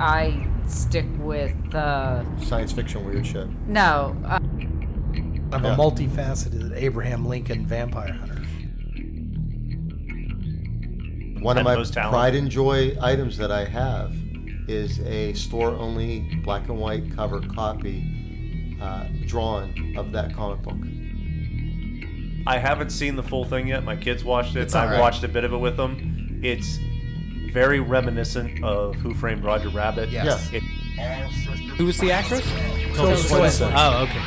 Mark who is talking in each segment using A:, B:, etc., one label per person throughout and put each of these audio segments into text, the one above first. A: I stick with uh,
B: Science fiction weird shit.
A: no. Uh,
C: I'm
B: Yeah.
C: a multifaceted Abraham Lincoln vampire hunter.
B: One of
D: And
B: my
D: most talented.
B: pride and joy items that I have is a store-only black and white cover copy uh, drawn of that comic book.
D: I haven't seen the full thing yet. My kids watched it.
B: It's
D: I've
B: alright.
D: watched a bit of it with them. It's very reminiscent of Who Framed Roger Rabbit.
C: Yes.
D: It-
E: Who was the actress?
B: Tilda Swinton.
E: Oh, okay.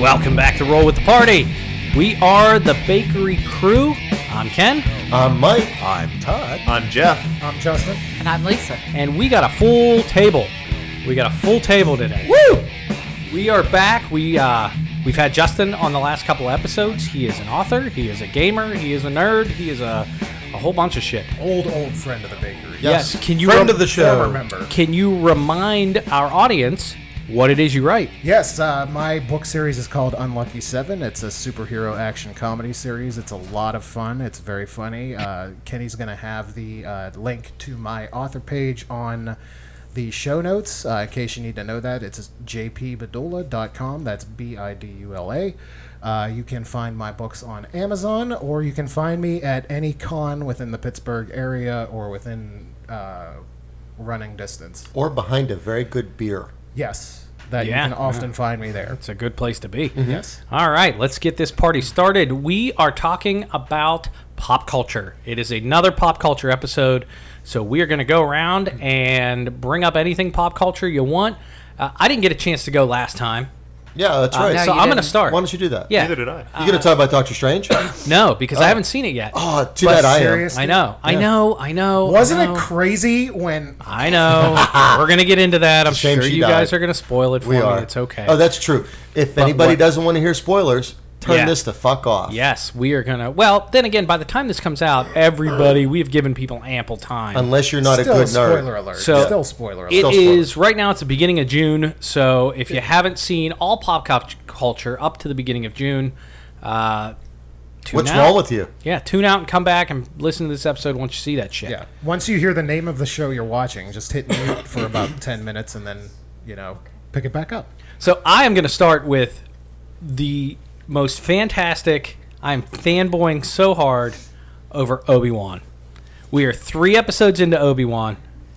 E: Welcome back to Roll with the Party. We are the Bakery Crew. I'm Ken,
B: Uh, Mike,
C: I'm Todd.
D: I'm Jeff.
C: I'm um, Justin.
A: and I'm Lisa.
E: and we got a full table. We got a full table today. Woo! We are back. We uh, we've had Justin on the last couple episodes. He is an author. He is a gamer. He is a nerd. He is a a whole bunch of shit.
C: Old, old friend of the bakery.
B: Yes.
E: Can you
C: Friend
E: rem-
C: of the show.
E: former member. Can you remind our audience what it is you write?
F: Yes, uh, my book series is called Unlucky Seven. It's a superhero action comedy series. It's a lot of fun. It's very funny. Uh, Kenny's going to have the uh, link to my author page on the show notes uh, in case you need to know that. It's jpbidula.com. That's B I D U L A. Uh, you can find my books on Amazon, or you can find me at any con within the Pittsburgh area or within uh, running distance.
B: or behind a very good beer.
F: Yes, that
E: Yeah.
F: you can often find me there.
E: It's a good place to be.
B: Mm-hmm.
F: Yes.
E: All right, let's get this party started. We are talking about pop culture. It is another pop culture episode, so we are going to go around
B: Mm-hmm.
E: and bring up anything pop culture you want. Uh, I didn't get a chance to go last time,
B: Yeah, that's right.
A: no,
E: so
A: you
E: I'm going to
A: didn't.
E: start.
B: Why don't you do that?
E: Yeah.
D: Neither did I.
B: You gonna talk about Doctor Strange?
E: No, because I haven't seen it yet.
B: oh, too bad I am.
F: serious-
E: I know, I know, I know. I
F: Wasn't it
E: know.
F: crazy when
E: I know. We're going to get into that. I'm
B: Shame
E: sure
B: she
E: you guys
B: died.
E: are going to spoil it for
B: We
E: me.
B: are.
E: It's okay.
B: Oh, that's true. If anybody
E: what-
B: doesn't want to hear spoilers, turn
E: Yeah.
B: this to fuck off.
E: Yes, we are gonna. Well, then again, by the time this comes out, everybody we've given people ample time.
B: Unless you're not
F: still
B: a good nerd.
F: spoiler alert?
E: So-
F: still spoiler alert.
E: It
B: Still
E: is right now. It's the beginning of June, so if you haven't seen all pop cop- culture up to the beginning of June, uh, tune
B: What's
E: out.
B: wrong with you?
E: Yeah, tune out and come back and listen to this episode once you see that shit.
F: yeah. Once you hear the name of the show you're watching, just hit mute for about ten minutes and then you know pick it back up.
E: So I am going to start with the most fantastic. I'm fanboying so hard over Obi Wan. We are three episodes into Obi Wan.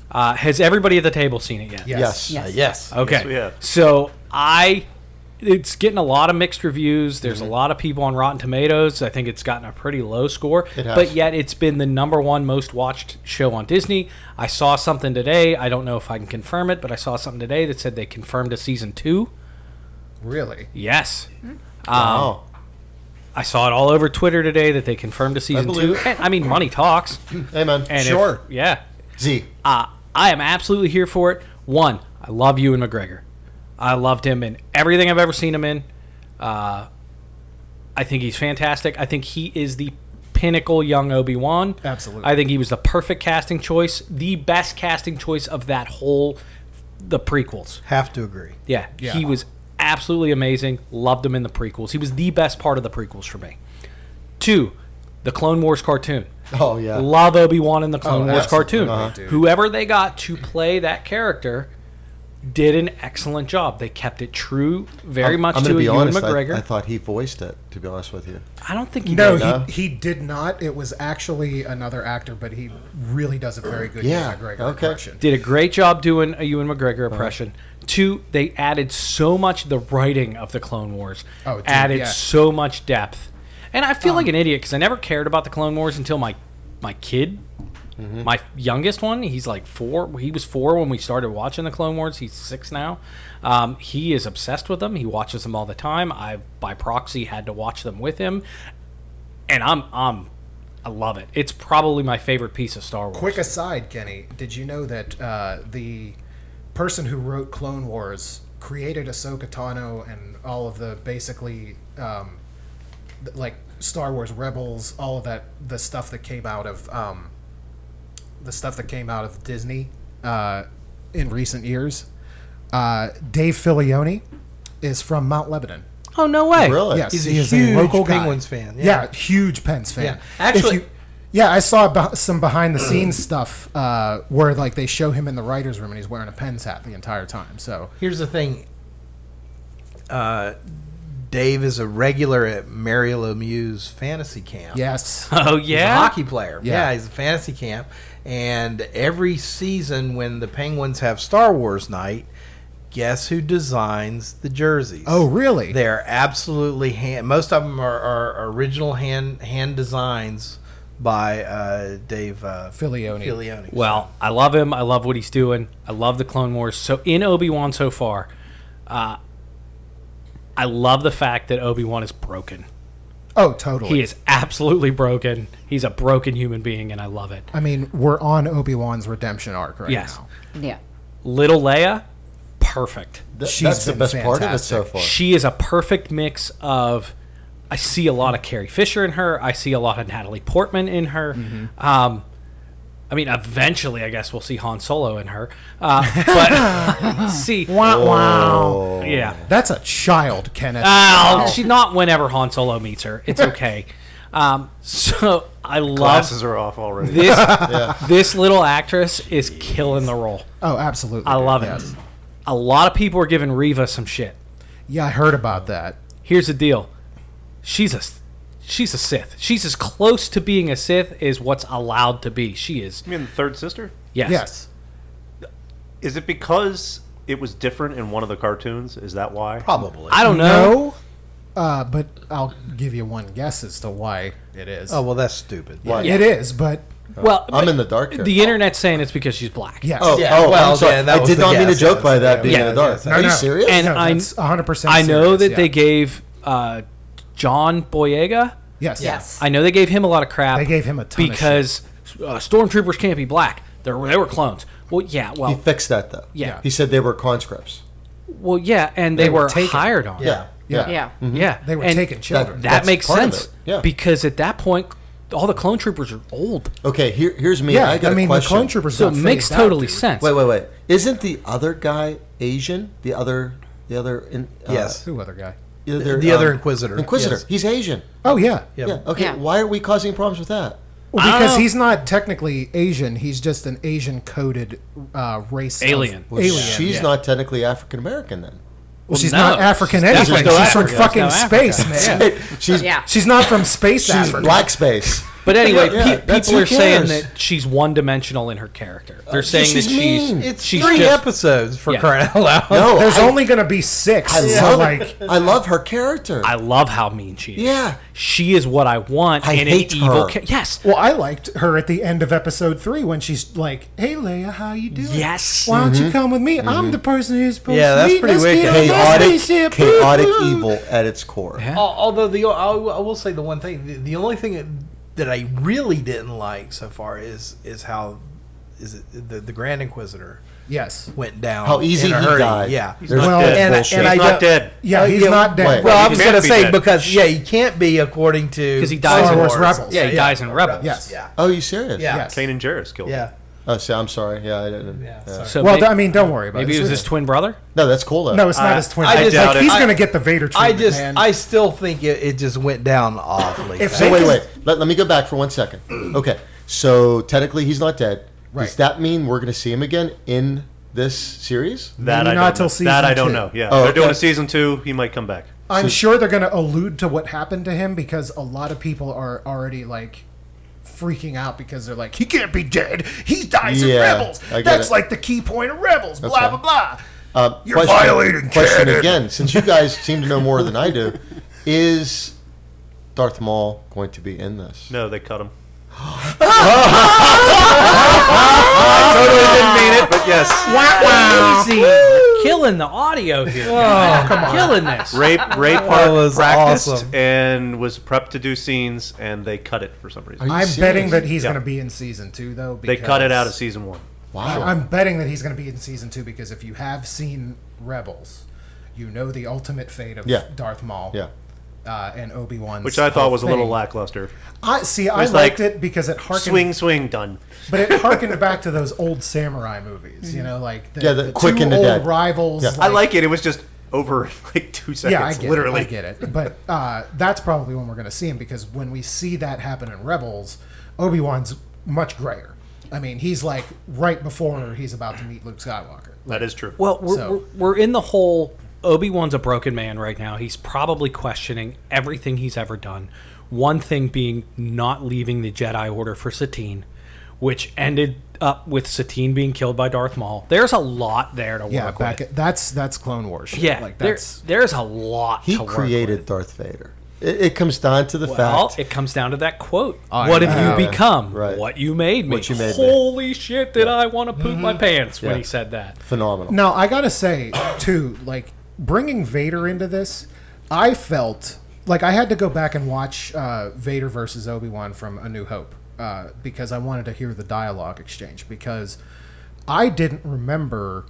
E: Uh, has everybody at the table seen it yet?
B: Yes.
A: Yes.
C: Yes.
E: Okay.
D: we have.
E: So I, it's getting a lot of mixed reviews. There's
B: Mm-hmm.
E: a lot of people on Rotten Tomatoes. I think it's gotten a pretty low score,
B: It has.
E: but yet it's been the number one most watched show on Disney. I saw something today. I don't know if I can confirm it, but I saw something today that said they confirmed a season two.
F: Really?
E: Yes,
B: Wow.
E: I saw it all over Twitter today that they confirmed a season two.
B: believe it.
E: And, I mean, money talks.
B: hey man.
E: And if-
B: sure.
E: yeah,
B: Z.
E: uh, I am absolutely here for it. One, I love you and McGregor. I loved him in everything I've ever seen him in. Uh, I think he's fantastic. I think he is the pinnacle young Obi Wan.
F: Absolutely.
E: I think he was the perfect casting choice, the best casting choice of that whole the prequels.
C: Have to agree.
E: Yeah, he was absolutely amazing. Loved him in the prequels. He was the best part of the prequels for me. Two, the Clone Wars cartoon.
B: Oh yeah. Oh,
E: Love Obi Wan in the Clone Wars
B: absolutely.
E: cartoon.
B: Uh-huh.
E: Whoever they got to play that character did an excellent job. They kept it true, very much
B: I'm
E: to
B: gonna
E: a
B: be
E: Ewan
B: honest. I-
E: McGregor.
B: I,
E: I,
B: thought he voiced it. To be honest with you.
E: don't think he
F: No,
E: did.
B: No.
F: he he did not. It was actually another actor, but he really does a very good
B: Yeah,
F: Ewan McGregor
B: okay.
F: impression.
E: did a great job doing a Ewan McGregor
F: Uh-huh.
E: impression. Two, they added so much the writing of the Clone Wars.
F: Oh, dude,
E: added
F: yeah. Um,
E: so much depth, and I feel like an idiot because I never cared about the Clone Wars until my my kid,
F: Mm-hmm.
E: my youngest one. He's like four. He was four when we started watching the Clone Wars. He's six now. Um, he is obsessed with them. He watches them all the time. I by proxy had to watch them with him, and I'm I'm. I love it. It's probably my favorite piece of Star Wars.
F: Quick aside, Kenny, did you know that uh, the person who wrote Clone Wars created Ahsoka Tano and all of the basically um, th- like Star Wars Rebels, all of that, the stuff that came out of um, the stuff that came out of Disney uh, in recent years. Uh, Dave Filioni is from Mount Lebanon.
E: Oh no way!
B: Really?
F: Yes,
C: He's a
F: he is
C: huge
F: local guy.
C: Penguins fan, yeah.
F: huge Pens fan.
C: Actually,
F: if Yeah, I saw beh- some behind the scenes stuff uh, where like they show him in the writers' room and he's wearing a Penn's hat the entire time. So
C: Here's the thing. Uh, Dave is a regular at Mary Lemieux's fantasy camp.
F: yes,
E: Oh
C: He's a
E: yeah.
C: hockey player.
F: Yeah.
C: Yeah. he's a fantasy camp. And every season when the Penguins have Star Wars night, guess who designs the jerseys?
F: oh really?
C: They're absolutely hand. Most of them are, are original hand hand designs by uh, Dave uh,
F: Filioni.
C: Filioni.
E: Well, I love him. I love what he's doing. I love the Clone Wars. So in Obi Wan so far, uh, I love the fact that Obi Wan is broken.
F: Oh, totally.
E: He is absolutely broken. He's a broken human being, and I love it.
F: I mean, we're on Obi Wan's redemption arc right
E: Yes.
F: now.
A: Yeah.
E: Little Leia, perfect.
B: Th-
F: She's
B: that's the
F: been
B: best part of it so
F: fantastic.
B: far.
E: She is a perfect mix of. I see a lot of Carrie Fisher in her. I see a lot of Natalie Portman in her. Um, I mean, eventually, I guess we'll see Han Solo in her. Uh, but see,
F: Wow, wow.
B: Oh.
E: yeah.
F: That's a child, Kenneth.
E: Oh, she not whenever Han Solo meets her. It's okay. um, so I love
D: Glasses are off already.
E: this. This little actress is killing the role.
F: oh, absolutely.
E: I love it.
F: Yes.
E: A lot of people are giving Reva some shit.
F: Yeah, I heard about that.
E: Here's the deal. She's a she's a Sith. She's as close to being a Sith as what's allowed to be. She is.
D: you mean the third sister?
E: Yes.
F: Yes.
D: Is it because it was different in one of the cartoons? Is that why?
C: Probably.
E: I don't know.
F: No. Uh, but I'll give you one guess as to why it is.
C: oh well, that's stupid.
B: Why?
F: It is, but
E: Well,
B: I'm
E: but
B: in the dark here.
E: the internet's saying it's because she's black.
F: yes.
B: Oh,
C: Yeah,
B: oh,
C: well,
B: I'm sorry.
C: yeah, that
B: I
C: was
B: did
C: the
B: not mean to
C: guess,
B: joke
C: yes,
B: by that
C: yeah.
B: being
C: Yeah,
B: in the dark.
C: yeah,
B: Are you
F: no.
B: serious?
E: And
F: No,
E: I
F: that's 100%
E: I know
F: serious,
E: that
F: yeah.
E: they gave uh, John Boyega
F: Yes.
A: Yes.
E: I know they gave him a lot of crap.
F: They gave him a ton of
E: because uh, stormtroopers can't be black. They're, they were clones. Well, yeah.
B: he
E: Well,
B: fixed that though.
E: oh. Yeah.
B: He said they were conscripts.
E: well, yeah. And they,
F: They were
E: were,
F: taken.
E: hired on.
B: Yeah. Mm-hmm. Yeah.
A: Yeah.
E: yeah.
F: They were
E: and
F: taking children.
E: That
B: That's
E: makes
B: part of
E: sense.
B: it, yeah.
E: Because at that point, all the clone troopers are old,
B: Okay. Here, here's me.
F: yeah,
B: I
F: I,
B: got
F: mean,
B: a
F: the
B: question.
F: clone troopers.
E: so it
F: not
E: makes
F: phased out,
E: totally
F: dude.
E: sense.
B: Wait, wait, wait. Isn't the other guy Asian? The other, the other. In, uh,
C: Yes.
F: Who other guy?
B: The other, um,
C: The other Inquisitor.
B: Inquisitor.
C: Yes.
B: He's Asian.
F: Oh yeah.
C: Yeah.
B: Yeah. Okay.
A: Yeah.
B: Why are we causing problems with that?
F: Well,
E: I don't
F: because
E: know.
F: he's not technically Asian. He's just an Asian coded uh, race. of-
E: Alien.
B: Well,
F: alien.
B: she's
F: yeah.
B: not technically African American then.
F: Well, she's
E: no,
F: not
E: she's
F: African
E: definitely
F: anything. She's
E: no
F: from
E: Africa.
F: fucking
E: She's no
F: space,
E: Africa.
F: man.
B: She's
A: Yeah.
F: She's not from space
B: she's
F: Africa.
B: black space.
E: But anyway,
B: Yeah, yeah,
E: pe-
B: that's-
E: people
B: who
E: are saying
B: cares?
E: that she's one dimensional in her character. They're saying
B: she's
E: that she's
B: mean.
C: It's
E: she's
C: three
E: just-
C: episodes for
E: Yeah.
C: crying out loud.
B: No,
F: There's
B: I,
F: only going to be six.
B: I
F: so
B: love
F: like,
B: it. I love her character.
E: I love how mean she is.
B: Yeah.
E: She is what I want
B: I
E: in
B: hate
E: an evil
B: her.
E: ca- Yes.
F: well, I liked her at the end of episode three when she's like, "Hey, Leia, how you doing?
E: Yes.
F: why don't you come with me? I'm the person who's supposed
C: Yeah,
F: to
C: that's
F: meet.
C: pretty
F: Let's get
C: wicked.
F: on my
B: chaotic,
F: spaceship.
B: chaotic
F: Woo-hoo."
B: evil at its core.
C: Al- Although the I will I will say the one thing the, the only thing that, that I really didn't like so far is is how is it the, the Grand Inquisitor
F: Yes.
C: went down
B: How easy
C: in a
B: he
C: hurry.
B: died.
C: Yeah.
D: He's
B: There's
F: Well,
B: that
C: and-
B: bullshit.
C: and I
D: He's
C: don't-
D: not dead.
F: Yeah,
C: Uh,
F: he's
C: yeah,
F: not dead.
B: wait.
C: Well, I
D: He
C: was
D: can't
C: gonna
D: be
C: say
D: dead.
C: because yeah, you can't be according to
E: 'Cause he dies
F: in Wars Rebels.
E: Yeah, he dies in Rebels.
C: Yes. Yeah.
B: Oh, you serious?
C: Yeah.
F: Yes.
D: Kane and Jarrus killed him.
C: Yeah.
B: Oh, so I'm sorry. Yeah, I didn't.
C: Yeah,
B: yeah.
C: sorry.
E: So
F: well,
E: may-
F: th- I mean, don't worry about
E: maybe
F: it.
E: it was his twin brother.
B: No, that's cool though.
F: No, it's not
E: I-
F: his twin.
C: I
F: I
C: just-
F: like,
D: I-
F: he's
D: I-
F: going to get the Vader
C: I
F: treatment,
C: just
F: man.
C: I still think it, it just went down awfully.
F: If
C: fast.
B: So
F: they-
B: wait,
F: can-
B: wait. Let, let me go back for one second. Okay. So technically, he's not dead.
F: Right.
B: Does that mean we're going to see him again in this series?
D: That
F: Maybe
D: I
F: not
D: don't
F: till
D: know.
F: season
D: That I don't
F: two.
D: know. Yeah.
B: Oh,
D: They're doing
B: okay.
D: a season two. He might come back.
F: I'm sure they're going to allude to what happened to him because a lot of people are already like freaking out because they're like, he can't be dead. He dies in
B: Yeah,
F: Rebels.
B: I get
F: That's
B: it.
F: like the key point of Rebels. Blah
B: Okay.
F: blah blah.
B: Uh,
F: You're violating
B: Question
F: canon.
B: again, since you guys seem to know more than I do, is Darth Maul going to be in this?
D: No, they cut him.
B: but yes.
E: Easy. Killing the audio here. come on. Killing this.
D: Ray, Ray Park
C: was
D: practiced
C: awesome.
D: and was prepped to do scenes, and they cut it for some reason.
B: you
F: I'm
B: serious?
F: betting that he's
D: Yeah.
F: going to be in season two though.
D: They cut it
F: because-
D: out of season one.
B: Wow.
F: I'm betting that he's going to be in season two because if you have seen Rebels, you know the ultimate fate of
B: Yeah.
F: Darth Maul.
B: yeah.
F: Uh, and Obi Wan,
D: Which I thought was a little
F: lack.
D: lackluster.
F: I see. I
D: was
F: liked
D: like,
F: it because it harkened,
D: Swing, swing, done.
F: but it harkened back to those old samurai movies. You know, like the,
B: Yeah, the quick
F: two
B: and the
F: old
B: dead.
F: rivals.
B: Yeah.
D: I like it. It was just over in like two seconds,
F: Yeah, I get
D: literally.
F: it. I get it. But uh, that's probably when we're going to see him because when we see that happen in Rebels, Obi Wan's much grayer. I mean, he's like right before he's about to meet Luke Skywalker.
D: That is true.
E: Well, we're,
F: So-
E: we're, we're in the whole Obi Wan's a broken man right now. He's probably questioning everything he's ever done. One thing being not leaving the Jedi Order for Satine, which ended up with Satine being killed by Darth Maul. There's a lot there to
F: Yeah,
E: work
F: back
E: with.
F: at, that's that's Clone Wars. Shit.
E: yeah,
F: like
E: there,
F: that's
E: there's a lot.
B: He
E: to work
B: created
E: with.
B: Darth Vader. It, it comes down to the
E: Well,
B: fact. Oh,
E: it comes down to that quote.
F: I
E: what
F: know.
E: have you become?
B: Right.
E: What you made me.
B: What you made me. Mm-hmm.
E: Holy shit! Did I want to poop my pants when
B: Yeah.
E: he said that?
B: phenomenal.
F: No, I gotta say too, like bringing Vader into this, I felt like I had to go back and watch uh, Vader versus Obi Wan from A New Hope uh, because I wanted to hear the dialogue exchange because I didn't remember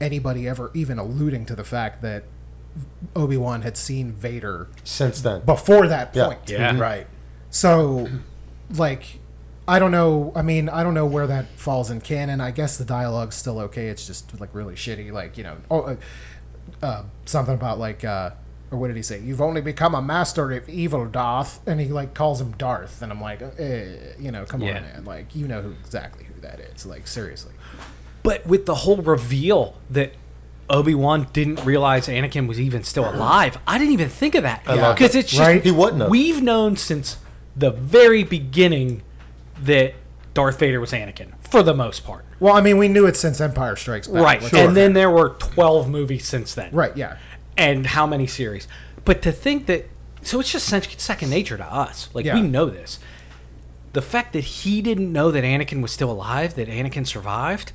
F: anybody ever even alluding to the fact that Obi Wan had seen Vader
B: Since then,
F: before that
B: Yeah.
F: point.
E: Yeah. Mhm.
F: Right. So, like, I don't know. I mean, I don't know where that falls in canon. I guess the dialogue's still okay. It's just like really shitty. Like, you know, oh, uh, uh, something about like, uh, or what did he say? You've only become a master of evil, Darth. And he like calls him Darth, and I'm like, eh, you know, come
E: Yeah.
F: on, man. Like, you know who exactly who that is. Like, seriously.
E: But with the whole reveal that Obi Wan didn't realize Anakin was even still alive, I didn't even think of that
B: love
E: because it's just
F: Right?
B: He wouldn't have.
E: We've known since the very beginning that Darth Vader was Anakin for the most part,
F: Well, I mean, we knew it since Empire Strikes Back.
E: right?
F: Let's be
E: And
F: fair.
E: then there were twelve movies since then,
F: right, yeah.
E: and how many series. But to think that, so it's just sec- second nature to us. Like
F: Yeah.
E: we know this. The fact that he didn't know that Anakin was still alive, that Anakin survived,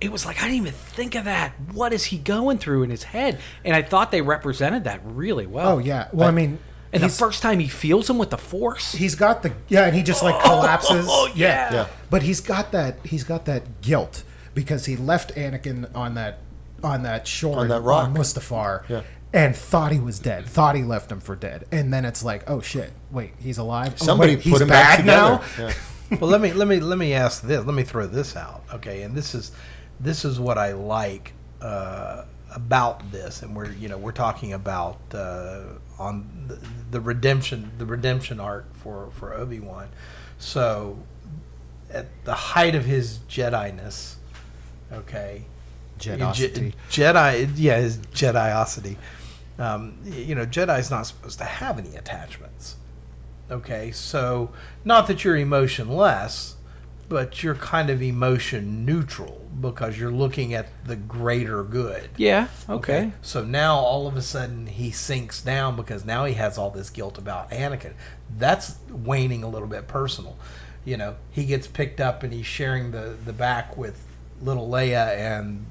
E: it was like I didn't even think of that. What is he going through in his head? And I thought they represented that really well.
F: Oh yeah. Well, I mean,
E: And the
F: he's-
E: first time he feels him with the Force,
F: he's got the yeah, and he just like collapses.
E: yeah.
B: Yeah.
F: But he's got that he's got that guilt because he left Anakin on that on that shore
B: On that rock.
F: Mustafar,
B: Yeah.
F: and thought he was dead. Thought he left him for dead, and then it's like, oh shit, wait, he's alive. Oh,
B: somebody
F: wait,
B: put him back together. Yeah.
C: well, let me let me let me ask this. Let me throw this out. Okay, and this is this is what I like uh, about this, and we're you know we're talking about uh, on the, the redemption the redemption arc for for Obi Wan. So, at the height of his Jedi ness, okay,
F: Jedosity.
C: Je- Jedi, yeah, his Jediosity. Um, y- you know, Jedi's not supposed to have any attachments. Okay, so not that you're emotionless, but you're kind of emotion neutral because you're looking at the greater good.
E: yeah, okay.
C: So now all of a sudden he sinks down because now he has all this guilt about Anakin. That's waning a little bit personal. You know, he gets picked up and he's sharing the, the back with little Leia and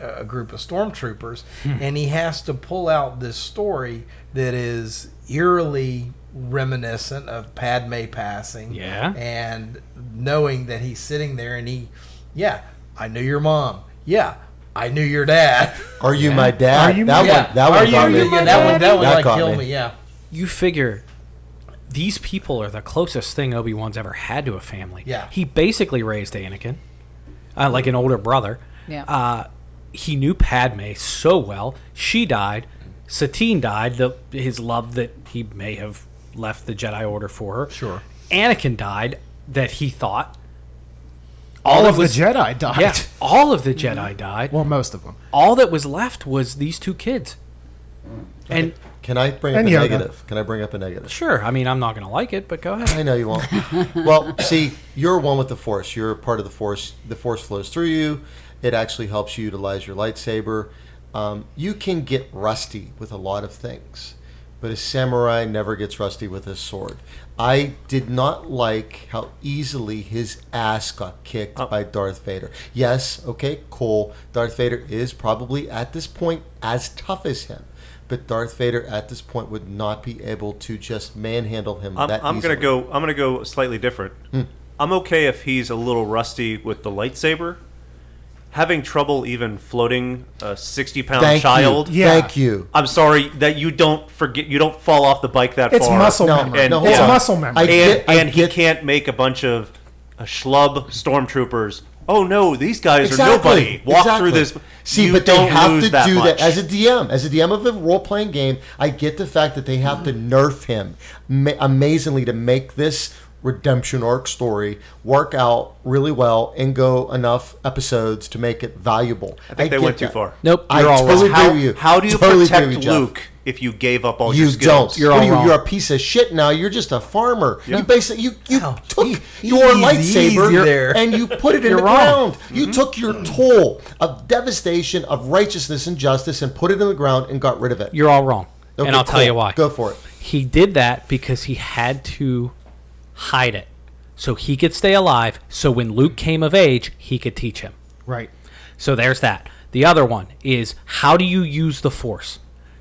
C: a a group of stormtroopers, and he has to pull out this story that is eerily reminiscent of Padme passing.
E: Yeah.
C: And knowing that he's sitting there and he, yeah, I knew your mom. Yeah, I knew your dad.
B: Are you my dad?
F: Are you
B: that
F: my-
C: Yeah.
B: one. That
C: Are
B: one
C: you-
B: got me.
C: yeah, that one, that one,
B: That
C: like,
B: got
C: killed
B: me.
C: me. Yeah.
E: you figure these people are the closest thing Obi Wan's ever had to a family.
C: Yeah.
E: he basically raised Anakin, uh, like an older brother.
A: Yeah.
E: uh, he knew Padme so well. She died. Satine died. The his love that he may have left the Jedi Order for her.
C: Sure.
E: Anakin died. That he thought.
F: All
E: it
F: of the
E: was-
F: Jedi died.
E: Yeah, all of the Jedi died.
F: Well, most of them.
E: all that was left was these two kids.
C: Mm.
E: And
B: Can I bring up
F: And
B: a
F: Yoda.
B: negative? Can I bring up a negative?
E: sure, I mean, I'm not going to like it, but go ahead.
B: I know you won't. well, see, you're one with the force. You're a part of the force. The force flows through you. It actually helps you utilize your lightsaber. Um, you can get rusty with a lot of things, but a samurai never gets rusty with his sword. I did not like how easily his ass got kicked
D: Oh.
B: by Darth Vader. Yes, okay, cool. Darth Vader is probably at this point as tough as him, but Darth Vader at this point would not be able to just manhandle him
D: I'm,
B: that
D: I'm
B: easily.
D: gonna go. I'm gonna go slightly different.
F: Hmm.
D: I'm okay if he's a little rusty with the lightsaber. Having trouble even floating a 60 pound
B: Thank
D: um, child.
B: You.
F: Yeah.
B: Thank you.
D: I'm sorry that you don't forget. You don't fall off the bike that
F: It's
D: far.
F: muscle
B: No,
F: memory.
D: and-
B: no, hold
F: it's
B: on.
F: muscle memory.
B: I
D: and
B: get- I
D: and he
B: get-
D: can't make a bunch of uh, schlub stormtroopers. Oh no, these guys are nobody. Walk
B: exactly.
D: through this.
B: See,
D: you
B: but they
D: don't
B: have
D: lose
B: to
D: that
B: do
D: much.
B: that as a DM. As a DM of a role playing game, I get the fact that they have to nerf him ma- amazingly to make this redemption arc story work out really well and go enough episodes to make it valuable. I
D: think they
B: get
D: went too
B: that.
D: far.
E: Nope.
B: I
E: You're all
B: totally
D: how,
B: agree with you.
D: how do you
B: Totally agree
D: protect
B: with you, Jeff.
D: Luke if you gave up all
B: You
D: your skills?
B: don't. You're,
E: all
B: you,
E: wrong.
B: you're a piece of shit now. You're just a farmer. You basically you, you
C: Ow.
B: took
C: E-
B: your
C: easy
B: lightsaber
C: there.
B: and you put it in
E: You're
B: the
E: wrong. Mm-hmm.
B: ground. You took your toll of devastation, of righteousness and justice, and put it in the ground and got rid of it.
E: You're all wrong.
B: Okay,
E: and I'll tell
B: cool.
E: you why.
B: Go for it.
E: He did that because he had to hide it so he could stay alive. So when Luke came of age, he could teach him.
F: Right.
E: So there's that. The other one is how do you use the force?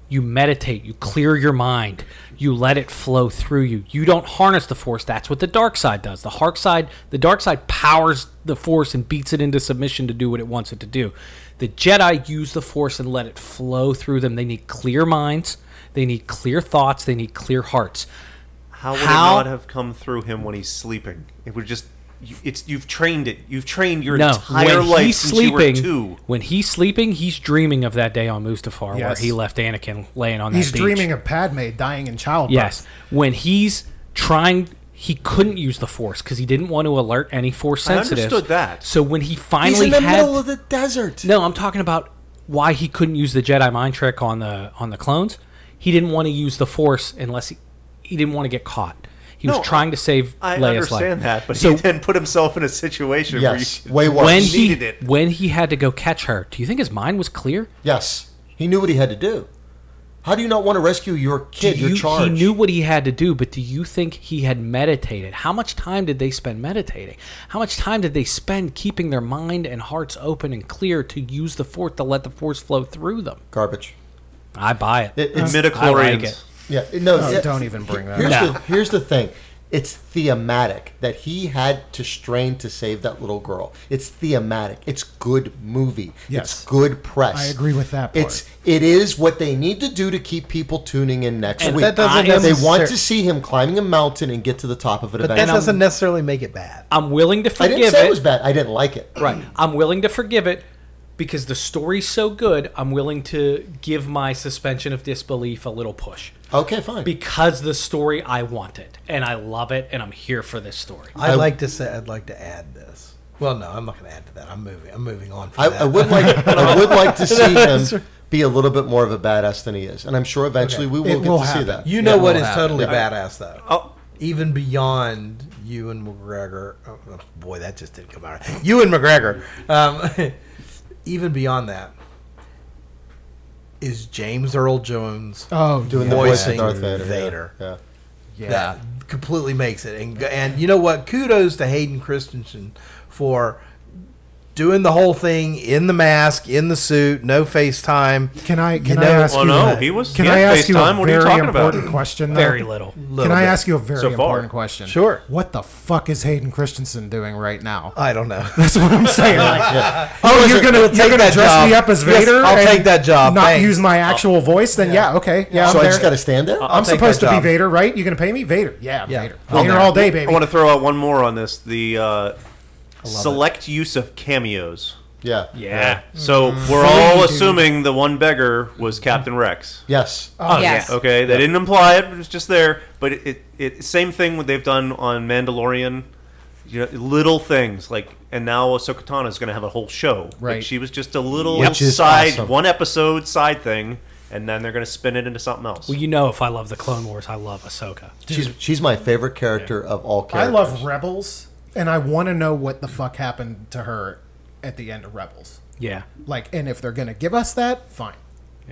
E: You meditate, you clear your mind, you let it flow through you. You don't harness the force. That's what the dark side does. The dark side, the dark side powers the force and beats it into submission to do what it wants it to do. The Jedi use the force and let it flow through them. They need clear minds, they need clear thoughts, they need clear hearts.
D: How would
E: How-
D: it not have come through him when he's sleeping? It would just. you- It's you've trained it. You've trained your
E: No,
D: entire
E: when
D: life
E: he's
D: since
E: sleeping,
D: you were two.
E: when he's sleeping, he's dreaming of that day on Mustafar where
F: Yes.
E: he left Anakin laying on
F: He's
E: that beach.
F: dreaming of Padme dying in childbirth.
E: Yes. When he's trying, he couldn't use the force because he didn't want to alert any force
D: I
E: sensitive.
D: understood that.
E: So when he
B: He's
E: finally
B: in the
E: had,
B: middle of the desert.
E: no, I'm talking about why he couldn't use the Jedi mind trick on the on the clones. He didn't want to use the force unless he he didn't want to get caught. He
D: No,
E: was trying to save
D: I
E: Leia's life.
D: understand that, but
E: so
D: he then put himself in a situation
B: Yes.
D: where
B: Way
D: you
B: worse.
E: when
D: he
E: he
D: needed it.
E: when he had to go catch her, do you think his mind was clear?
B: Yes. He knew what he had to do. How do you not want to rescue your kid,
E: Do
B: your
E: you-
B: charge?
E: He knew what he had to do, but do you think he had meditated? How much time did they spend meditating? How much time did they spend keeping their mind and hearts open and clear to use the force to let the force flow through them?
B: garbage.
E: I buy it.
B: It, it's
D: midichlorians.
E: I like it.
B: Yeah, no,
F: Oh,
B: yeah.
F: don't even bring that
B: Here's,
E: up.
B: the, here's the thing. It's thematic that he had to strain to save that little girl. It's thematic. It's good movie.
F: Yes.
B: It's good press.
F: I agree with that part.
B: It's it is what they need to do to keep people tuning in next
E: And
B: week.
E: that doesn't
B: If they
C: necessar-
B: want to see him climbing a mountain and get to the top of it
C: But that
B: eventually.
C: doesn't necessarily make it bad.
E: I'm willing to
B: I
E: forgive
B: didn't say it was
E: it.
B: bad. I didn't like it.
E: Right. I'm willing to forgive it because the story's so good. I'm willing to give my suspension of disbelief a little push
B: Okay, fine.
E: because the story I want it and I love it and I'm here for this story.
C: I'd like to say I'd like to add this. Well, no, I'm not going to add to that. I'm moving. I'm moving on. From
B: I,
C: that.
B: I would like I would like to see him be a little bit more of a badass than he is, and I'm sure eventually we
F: It
B: will get
F: will
B: to see
F: happen.
B: that.
C: You know what
F: will
C: is
F: happen.
C: totally badass though.
D: Oh.
C: Even beyond you and McGregor. Oh, oh, boy, that just didn't come out. You and McGregor. Um, even beyond that is James Earl Jones
F: Oh,
B: doing the
F: yeah.
B: voice
C: voicing
B: of Darth Vader.
C: Vader.
B: Yeah. yeah.
F: Yeah.
C: that completely makes it. And and you know what? Kudos to Hayden Christensen for doing the whole thing in the mask, in the suit, no FaceTime.
F: Can I
C: You
F: can I
C: know-
F: ask
D: Well,
F: you?
D: no,
F: a-
D: he was-
F: Can
D: he
F: I
D: had
F: ask you a
D: FaceTime. What are you
F: very
D: talking about?
F: important question? Though?
E: Very little.
F: Can I ask you a very
D: So far.
F: important question?
C: Sure. Uh,
F: What the fuck is Hayden Christensen doing right now?
C: I don't know.
F: That's what I'm saying. Like, Oh, you're gonna
C: take
F: you're gonna
C: that
F: dress
C: job.
F: me up as
C: Yes,
F: Vader?
C: I'll
F: and
C: take that job.
F: Not
C: Thanks.
F: use my actual voice? Then yeah, okay, yeah.
B: So
F: I'm
B: I just
F: there. Uh,
B: got to stand there.
F: I'm
C: take
F: supposed
C: that
F: to be
C: job.
F: Vader, right? You're gonna pay me Vader? Yeah, I'm
C: Yeah.
F: Vader.
C: I'll
F: I'm Vader
C: never-
F: all day, baby.
D: I want to throw out one more on this: the uh, select use of cameos.
B: yeah. Mm-hmm.
E: Yeah.
D: So we're all assuming the one beggar was Captain Rex.
B: Yes.
F: Oh,
A: yes.
D: Okay, they didn't imply it; it was just there. But it, it, it same thing what they've done on Mandalorian. You know, little things like, and now Ahsoka Tano is going to have a whole show. Like,
F: Right.
D: she was just a little
B: Which is
D: side,
B: awesome.
D: one episode side thing, and then they're going to spin it into something else.
E: Well, you know, if I love the Clone Wars, I love Ahsoka.
B: she's she's my favorite character of all
F: I
B: characters.
F: love Rebels, and I want to know what the fuck happened to her at the end of Rebels.
E: Yeah.
F: Like, and if they're gonna give us that, fine.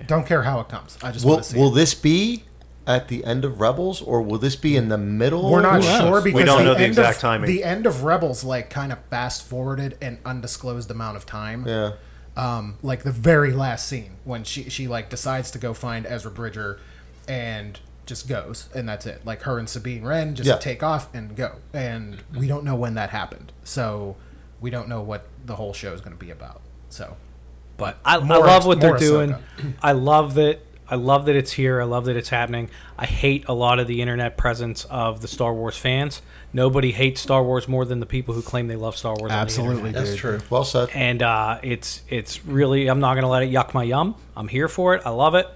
F: Don't care how it comes. I just
B: Will
F: want to see.
B: will
F: it.
B: this be at the end of Rebels or will this be in the middle?
F: We're not
E: Who knows?
F: sure
E: We
F: because
D: don't
F: the
D: know the
F: end
D: exact
F: of,
D: timing.
F: The end of Rebels like kind of fast forwarded an undisclosed amount of time.
B: Yeah.
F: Um, like the very last scene when she she like decides to go find Ezra Bridger, and just goes and that's it. Like her and Sabine Wren just
B: Yeah.
F: take off and go, and we don't know when that happened. So we don't know what the whole show is going to be about. So
E: But I, I
F: More-
E: love what they're
F: more
E: doing.
F: Ahsoka.
E: I love that. I love that it's here. I love that it's happening. I hate a lot of the internet presence of the Star Wars fans. Nobody hates Star Wars more than the people who claim they love Star Wars. on the internet.
C: That's true.
B: Well said.
E: and uh, it's it's really. I'm not gonna let it yuck my yum. I'm here for it. I love it.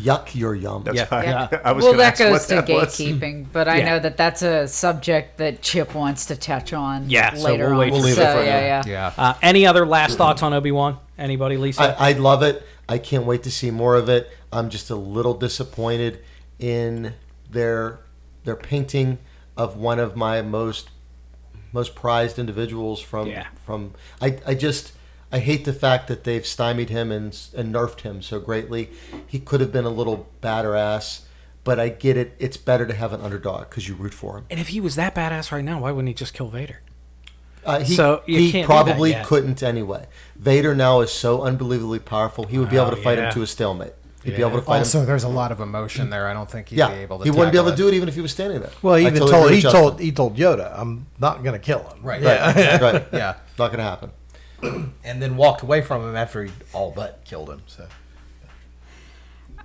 B: Yuck your yum.
D: That's
E: Yeah.
D: why
A: Yeah.
D: I, was
A: well,
D: gonna
A: that
D: ask what
A: goes to
D: that was.
A: gatekeeping, but I
E: Yeah.
A: know that that's a subject that Chip wants to touch on
E: Yeah, so
A: later
E: we'll
A: on.
E: wait for
B: We'll leave it
A: So,
B: for now.
A: yeah, yeah.
F: Yeah.
E: Uh, any other last thoughts on Obi Wan? Anybody, Lisa?
B: I, I love it. I can't wait to see more of it. I'm just a little disappointed in their their painting of one of my most most prized individuals from
E: Yeah.
B: from. I, I just I hate the fact that they've stymied him and s- and nerfed him so greatly. He could have been a little badder ass, but I get it. It's better to have an underdog because you root for him.
E: and if he was that badass right now, why wouldn't he just kill Vader?
B: Uh, he
E: So you
B: he
E: can't do
B: probably
E: that yet.
B: couldn't anyway. Vader now is so unbelievably powerful. He would be able to fight
E: Oh, yeah.
B: him to a stalemate. He'd be
E: Yeah.
B: able to fight
F: Also,
B: him.
F: there's a lot of emotion there. I don't think he'd
B: Yeah,
F: be able to.
B: he wouldn't be able
F: tackle
B: to do it even if he was standing there.
C: Well,
B: I
C: he even
B: totally
C: told
B: agree
C: he
B: with
C: told he told Yoda, "I'm not going to kill him."
F: Right.
C: Yeah.
B: Justin. right, right.
F: Yeah.
B: not gonna happen.
C: And then walked away from him after he all but killed him. So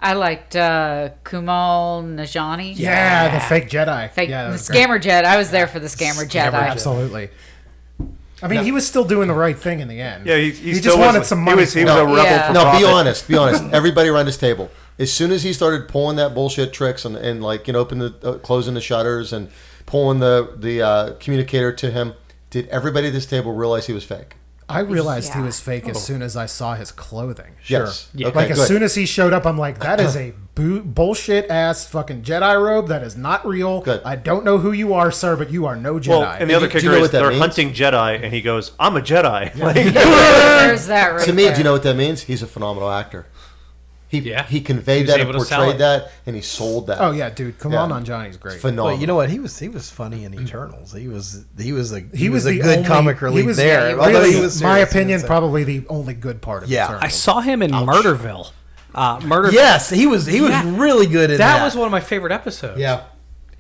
A: I liked uh, Kumal Najani.
F: Yeah, the fake Jedi.
A: Fake,
F: yeah, that
A: the
F: was great.
A: scammer jet. I was there for the scammer, jet. I-
F: Absolutely. I mean, he was still doing the right thing in the end.
D: Yeah, he, he,
F: he,
D: still
F: just
D: was-
F: wanted some money.
D: He was, he
F: for
D: was
F: it.
D: a rebel
A: Yeah.
D: for
B: No,
D: profit.
B: be honest. Be honest. Everybody around this table. As soon as he started pulling that bullshit tricks and, and like you know, open the uh, closing the shutters and pulling the the uh, communicator to him, did everybody at this table realize he was fake?
F: I realized he
A: Yeah.
F: was fake as soon as I saw his clothing.
B: Yes. Yeah.
F: like
B: Okay,
F: as
B: good.
F: soon as he showed up, I'm like, that is a bu- bullshit ass fucking Jedi robe. That is not real.
B: Good.
F: I don't know who you are, sir, but you are no Jedi.
D: Well, and the other
B: Do you- do
D: kicker
B: you know
D: is
B: what that
D: they're
B: means?
D: hunting Jedi, and he goes, "I'm a Jedi." Like,
A: There's that right
B: to me,
A: there.
B: do you know what that means? He's a phenomenal actor. He
E: Yeah.
B: he conveyed
E: He was
B: that and
E: able to sell
B: portrayed
E: it.
B: that, and he sold that.
F: oh yeah, dude, come
B: Yeah.
F: on, Johnny's great.
B: phenomenal.
C: Well, you know what? He was he was funny in Eternals. He was he was a he, was,
F: the
C: a good
F: only-
C: comic relief
F: He was
C: there.
F: yeah,
C: although
F: really,
C: he was
F: my
C: serious, he
F: opinion,
C: was-
F: probably the only good part of
C: Yeah.
F: Eternals.
E: I saw him in Murderville. Uh, Murderville.
C: Yes, he was he was
E: Yeah.
C: really good in that.
E: that was one of my favorite episodes.
C: Yeah.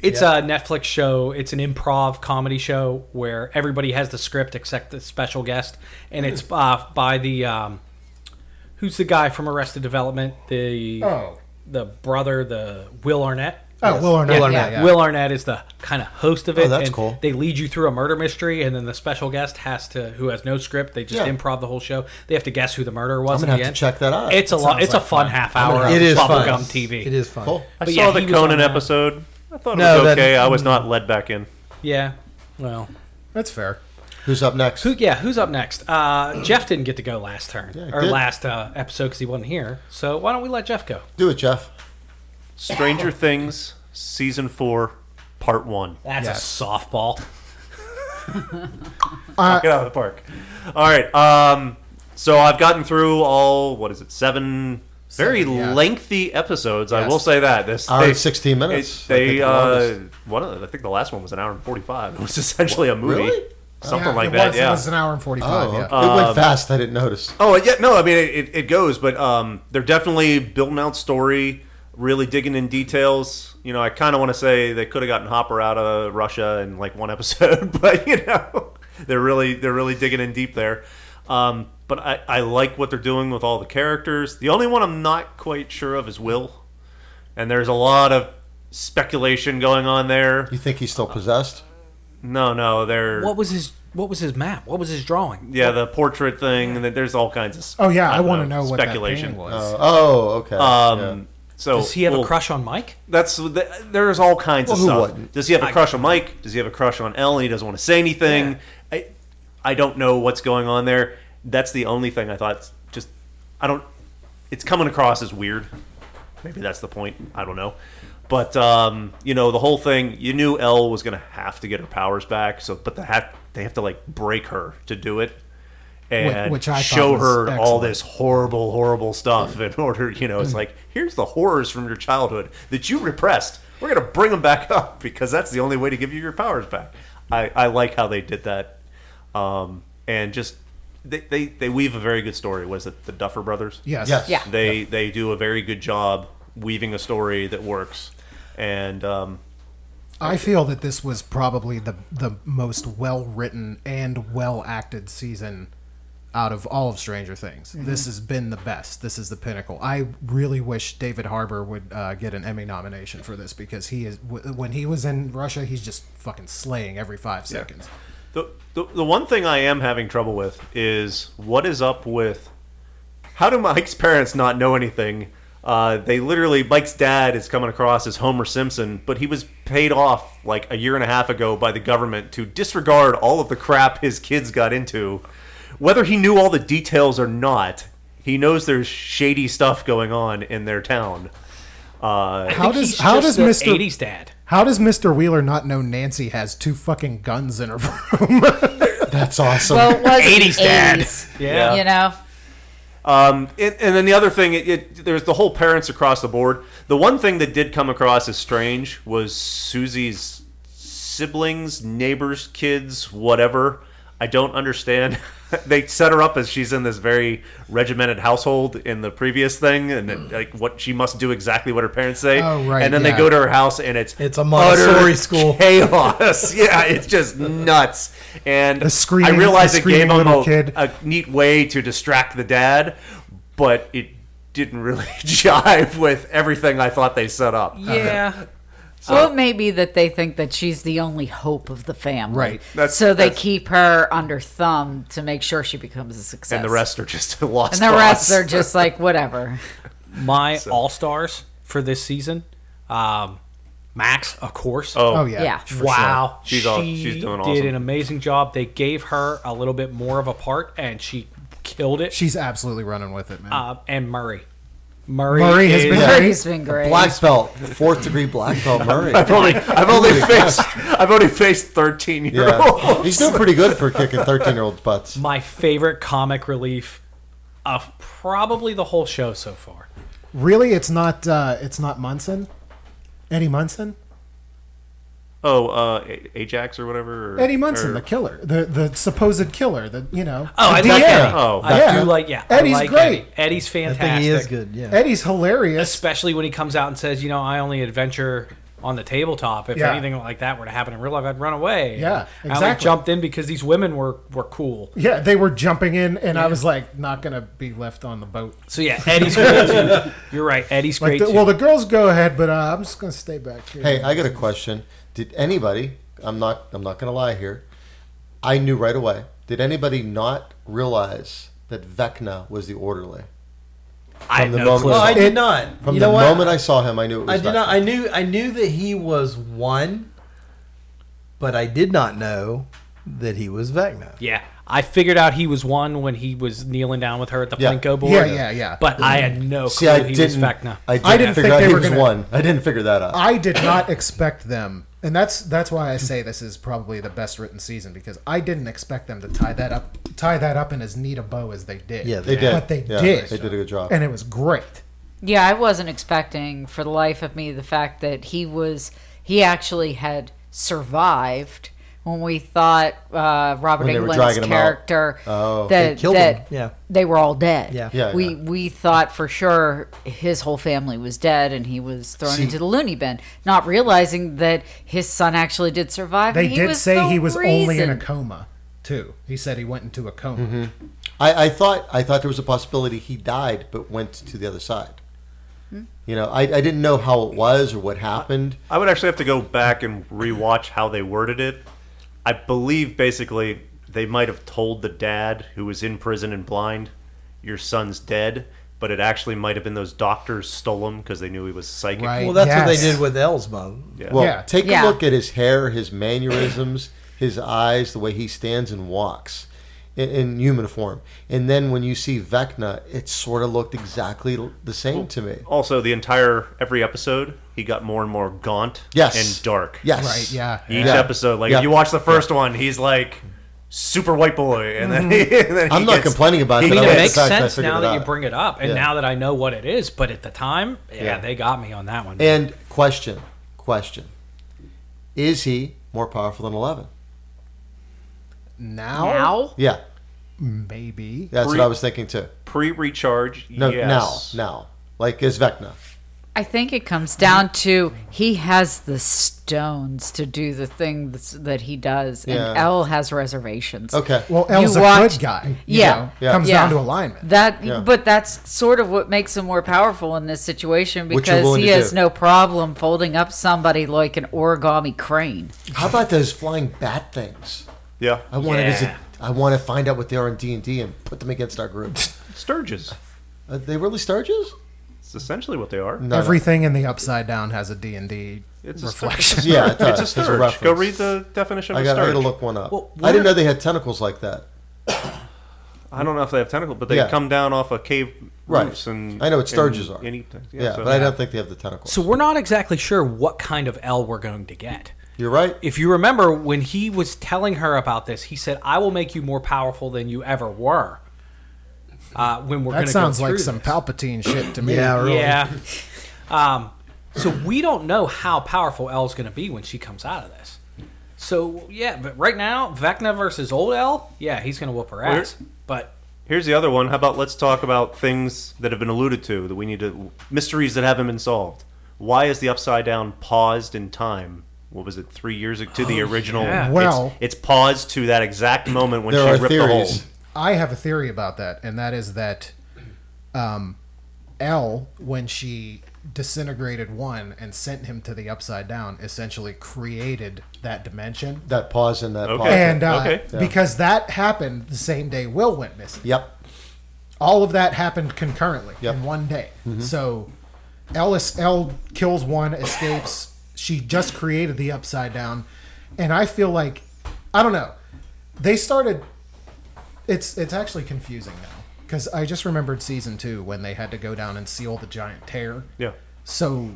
E: It's a Netflix show. It's an improv comedy show where everybody has the script except the special guest, and it's uh, by the um, who's the guy from Arrested Development? The
F: Oh.
E: the brother, the Will Arnett.
F: Oh, Will Arnett.
C: Will
F: Will
C: Arnett,
F: Arnett.
E: Will Arnett is the kind of host of it.
B: Oh, that's
E: and
B: cool.
E: They lead you through a murder mystery, and then the special guest has to, who has no script, they just
B: Yeah.
E: improv the whole show. They have to guess who the murderer was.
B: I'm gonna
E: at the
B: have to
E: end.
B: check that out.
E: It's a lot.
F: sounds
E: It's a
F: like
E: fun
F: fun.
E: half hour.
C: it
E: of
C: is fun.
E: bubblegum TV.
C: It is fun.
B: cool.
D: I
E: But
D: saw
E: yeah,
D: the
E: he was on
D: Conan
E: that.
D: episode. I thought it
C: No,
D: was
C: that-
D: okay. I was not led back in.
E: Yeah. Well.
F: That's fair.
B: Who's up next?
E: Who, yeah, who's up next? Uh, Jeff didn't get to go last turn
B: Yeah,
E: or
B: good.
E: last uh, episode because he wasn't here. So why don't we let Jeff go?
B: Do it, Jeff.
D: Stranger Things season four, part one.
E: That's
F: Yeah.
E: a softball.
D: Get out of the park. All right. Um, so I've gotten through all what is it seven very
F: Seven, yeah.
D: lengthy episodes. I
F: Yes.
D: will say that this
B: Hour
D: they-
B: and 16 minutes.
D: it-
B: I think
D: they
B: the
D: uh,
B: longest.
D: one of the, I think the last one was an hour and forty five. It was essentially a movie,
B: Really?
D: something
F: Yeah,
D: like
F: it
D: that.
F: Was,
D: yeah,
F: It was an hour and forty-five.
B: Oh,
F: yeah.
B: okay. it went fast. I didn't notice.
D: Oh yeah, no, I mean it, it, it goes, but um, they're definitely building out story, really digging in details. You know, I kind of want to say they could have gotten Hopper out of Russia in like one episode, but you know, they're really they're really digging in deep there. Um, but I, I like what they're doing with all the characters. The only one I'm not quite sure of is Will, and there's a lot of speculation going on there.
B: You think he's still possessed?
D: No, no, they're
E: What was his What was his map? What was his drawing?
D: yeah the portrait thing. and There's all kinds of
F: Oh yeah,
D: I
F: I,
D: don't
F: want to
D: know,
F: know what
D: Uh, speculation.
F: that painting was.
B: Uh, oh, okay.
D: Um,
B: Yeah.
D: So
E: Does he have
D: well,
E: a crush on Mike?
D: That's th- there's all kinds
B: Well, who
D: of stuff.
B: wouldn't?
D: Does he have a
E: I-
D: crush on Mike? Does he have a crush on Ellen? He doesn't want to say anything. I I don't know what's going on there. That's the only thing I thought. Just I don't. It's coming across as weird. Maybe that's the point. I don't know. But um, you know the whole thing. You knew Elle was gonna have to get her powers back. So, but they have they have to like break her to do it, and
F: which I thought
D: show
F: was
D: her all
F: excellent.
D: this horrible, horrible stuff in order, you know, it's like, here's the horrors from your childhood that you repressed. We're going to bring them back up because that's the only way to give you your powers back. I, I like how they did that. Um, and just, they, they, they weave a very good story. Was it the Duffer Brothers?
F: Yes.
B: Yes.
A: Yeah.
D: They, they do a very good job weaving a story that works. And um,
F: I feel that this was probably the the most well written and well acted season out of all of Stranger Things.
C: Mm-hmm.
F: This has been the best. This is the pinnacle. I really wish David Harbour would uh, get an Emmy nomination for this because he is w- when he was in Russia, he's just fucking slaying every five seconds.
D: The, the, the one thing I am having trouble with is what is up with how do Mike's parents not know anything Uh, they literally Mike's dad is coming across as Homer Simpson, but he was paid off like a year and a half ago by the government to disregard all of the crap his kids got into. Whether he knew all the details or not, he knows there's shady stuff going on in their town. Uh,
E: I
F: How
E: think
F: does
E: he's
F: how
E: just
F: does
E: the
F: Mister
E: 80s dad?
F: how does Mister Wheeler not know Nancy has two fucking guns in her room?
B: That's awesome.
A: Well, it was 80s,
E: 80s dad.
A: Yeah. You know?
D: Um, and, and then the other thing, it, it, there's the whole parents across the board. The one thing that did come across as strange was Susie's siblings, neighbors, kids, whatever. I don't understand. they set her up as she's in this very regimented household in the previous thing, and it, like what she must do exactly what her parents say.
F: Oh, right,
D: And then
F: yeah.
D: they go to her house, and it's
C: It's a Montessori
D: utter
C: school.
D: chaos. yeah, it's just nuts. And
F: The screaming-
D: I realized it
F: the
D: gave
F: screaming
D: them
F: little
D: a,
F: kid.
D: a neat way to distract the dad, but it didn't really jive with everything I thought they set up.
E: Yeah.
A: well, it may be that they think that she's the only hope of the family.
F: Right.
D: That's-
A: so they
D: that's-
A: keep her under thumb to make sure she becomes a success.
D: And the rest are just lost.
A: And the rest
D: cause.
A: are just like, whatever.
E: My all stars for this season, um, Max, of course.
F: oh
D: Oh,
F: yeah,
A: Yeah.
F: for sure.
E: Wow,
D: She's
E: she
D: all- she's doing
E: did
D: awesome.
E: an amazing job. They gave her a little bit more of a part, and she killed it.
F: She's absolutely running with it, man.
E: uh, and Murray, Murray,
F: Murray has
E: is,
F: been- Yeah.
A: Murray's been great.
B: black belt, fourth degree black belt Murray.
D: I've only, I've only faced I've only faced thirteen year
B: Yeah,
D: olds.
B: he's doing pretty good for kicking thirteen-year-old butts.
E: my favorite comic relief of probably the whole show so far.
F: really, it's not uh, it's not Munson, Eddie Munson,
D: Oh, uh, A- Ajax or whatever. Or,
F: Eddie Munson,
D: or-
F: the killer, the the supposed killer, the you know.
E: Er. Oh, I
F: the
E: like
F: DA.
E: Eddie.
D: Oh,
E: I
F: that
E: do
F: dude.
E: like yeah.
F: Eddie's
E: I like
F: great.
E: Eddie. Eddie's
C: I
E: fantastic.
C: think he is good. Yeah.
F: Eddie's hilarious.
E: especially when he comes out and says, you know, I only adventure on the tabletop. If
F: Yeah.
E: anything like that were to happen in real life, I'd run away.
F: Yeah,
E: I only
F: exactly.
E: jumped in because these women were were cool.
F: Yeah, they were jumping in, and I was like, not gonna be left on the boat.
E: So yeah, Eddie's great too. You're right, Eddie's
F: Like,
E: great
F: the,
E: too.
F: well, the girls go ahead, but uh, I'm just gonna stay back here.
B: Hey, I got a question. Did anybody? I'm not. I'm not going to lie here. I knew right away. Did anybody not realize that Vecna was the orderly?
E: I
B: From the
E: had no
B: moment-
E: clue.
B: Well,
C: No, I did
F: It-
C: not.
B: From
C: you
B: the
C: know what?
B: moment I saw him, I knew it was.
C: I did
B: Vecna.
C: not. I knew. I knew that he was one, but I did not know that he was Vecna.
E: yeah, I figured out he was one when he was kneeling down with her at the
B: Yeah.
E: Plinko board.
F: Yeah, yeah, yeah.
E: But I had no clue
B: See, I
E: he was
B: didn't.
E: Vecna.
B: I didn't,
F: I didn't
B: figure
F: think
B: out
F: they
B: he
F: were
B: was
F: gonna-
B: one. I didn't figure that out.
F: I did not expect them, and that's that's why I say this is probably the best written season because I didn't expect them to tie that up, tie that up in as neat a bow as they did.
C: Yeah,
B: they did.
F: but they
B: Yeah,
F: did.
B: They did a good job.
F: and it was great.
A: Yeah, I wasn't expecting for the life of me the fact that he was he actually had survived when we thought uh, Robert
B: When they were
A: England's
B: dragging him out.
A: character
B: Oh.
A: that
C: They killed
A: that
C: him, yeah.
A: they were all dead.
C: Yeah.
B: Yeah,
A: we
B: yeah.
A: we thought for sure his whole family was dead and he was thrown
B: See-
A: into the loony bin, not realizing that his son actually did survive.
F: They
A: and he
F: did
A: was
F: say
A: the
F: he was only in a
A: reason.
F: coma too. He said he went into a coma.
B: Mm-hmm. I, I thought. I thought there was a possibility he died, but went to the other side. You know, I, I didn't know how it was or what happened.
D: I would actually have to go back and rewatch how they worded it. I believe basically they might have told the dad who was in prison and blind, "Your son's dead," but it actually might have been those doctors stole him because they knew he was psychic.
F: Right.
C: Well, that's what they
F: Yes.
C: did with Elsmo.
D: Yeah.
B: Well,
F: Yeah.
B: take
A: Yeah.
B: a look at his hair, his mannerisms, his eyes, the way he stands and walks in, in human form. And then when you see Vecna, it sort of looked exactly l- the same to me.
D: also, the entire every episode, he got more and more gaunt
B: Yes.
D: and dark.
B: Yes.
F: Right, yeah.
D: Each
B: Yeah.
D: episode, like
B: Yeah. Mm-hmm.
D: if you watch the first one, he's like super white boy, and then, and then he
B: I'm not
D: gets-
B: complaining about
D: he
B: that. I
E: I mean,
B: like
E: it
B: the
E: makes
B: fact that I
E: sense
B: figured
E: now
B: it
E: that you
B: out.
E: bring it up, and
B: Yeah.
E: now that I know what it is. But at the time, yeah,
B: Yeah.
E: they got me on that one.
B: And question, question: Is he more powerful than Eleven?
F: Now,
A: Now?
B: Yeah,
F: maybe.
B: that's
D: Pre-
B: what I was thinking too.
D: pre-recharge.
B: No,
D: yes.
B: now, now, like is Vecna.
A: I think it comes down to he has the stones to do the thing that's, that he does,
B: Yeah.
A: and L has reservations.
B: Okay.
F: Well, L's a
A: watch-
F: good guy. you
A: Yeah.
F: know,
B: Yeah.
F: comes
A: Yeah.
F: down to alignment.
A: That,
B: Yeah.
A: but that's sort of what makes him more powerful in this situation
B: What you're
A: because
B: willing
A: he
B: to
A: has
B: do.
A: no problem folding up somebody like an origami crane.
B: How about those flying bat things?
D: Yeah.
B: I wanted to
E: Yeah.
B: I want to find out what Uh, they are in D and D and put them against our group.
D: Sturges.
B: Are they really Sturges?
D: It's essentially what they are.
B: No, no.
F: Everything in the Upside Down has a D and D
D: It's a
F: reflection.
B: Yeah, it does.
D: It's a
B: It's a
D: sturge. Go
B: reference.
D: read the definition of
B: I
D: a
B: got. I got to
D: sturge.
B: look one up.
E: Well,
B: I didn't
E: what-
B: know they had tentacles like that.
D: I don't know if they have tentacles, but they
B: Yeah.
D: come down off of cave
B: Right.
D: roofs and
B: I know what
D: and
B: sturges are.
D: Anything.
B: Yeah,
D: so-
B: but I don't think they have the tentacles.
E: So we're not exactly sure what kind of L we're going to get.
B: You're right.
E: If you remember when he was telling her about this, he said, "I will make you more powerful than you ever were." Uh, when we're
F: That
E: gonna
F: sounds
E: go
F: like
E: through
F: some
E: this.
F: Palpatine shit to me.
E: yeah. um, so we don't know how powerful L's going to be when she comes out of this. So yeah, but right now Vecna versus old L, yeah, he's going to whoop her ass. But
D: Here's the other one. How about let's talk about things that have been alluded to that we need to mysteries that haven't been solved. Why is the upside down paused in time? What was it? Three years ag- to the original.
E: yeah.
D: It's-
F: Well-
D: it's, paused to that exact moment when
B: There
D: she
B: are
D: ripped
B: theories.
F: I have a theory about that, and that is that um, L, when she disintegrated one and sent him to the upside down, essentially created that dimension.
B: That pause in that.
D: Okay.
B: Pause.
F: And uh,
D: okay.
B: Yeah.
F: because that happened the same day Will went missing.
B: Yep.
F: All of that happened concurrently
B: Yep.
F: in one day. So L, is, L kills one, escapes. she just created the upside down. And I feel like, I don't know. They started it's it's actually confusing now because I just remembered season two when they had to go down and seal the giant
D: the
F: tear.
D: hole. Yeah.
F: So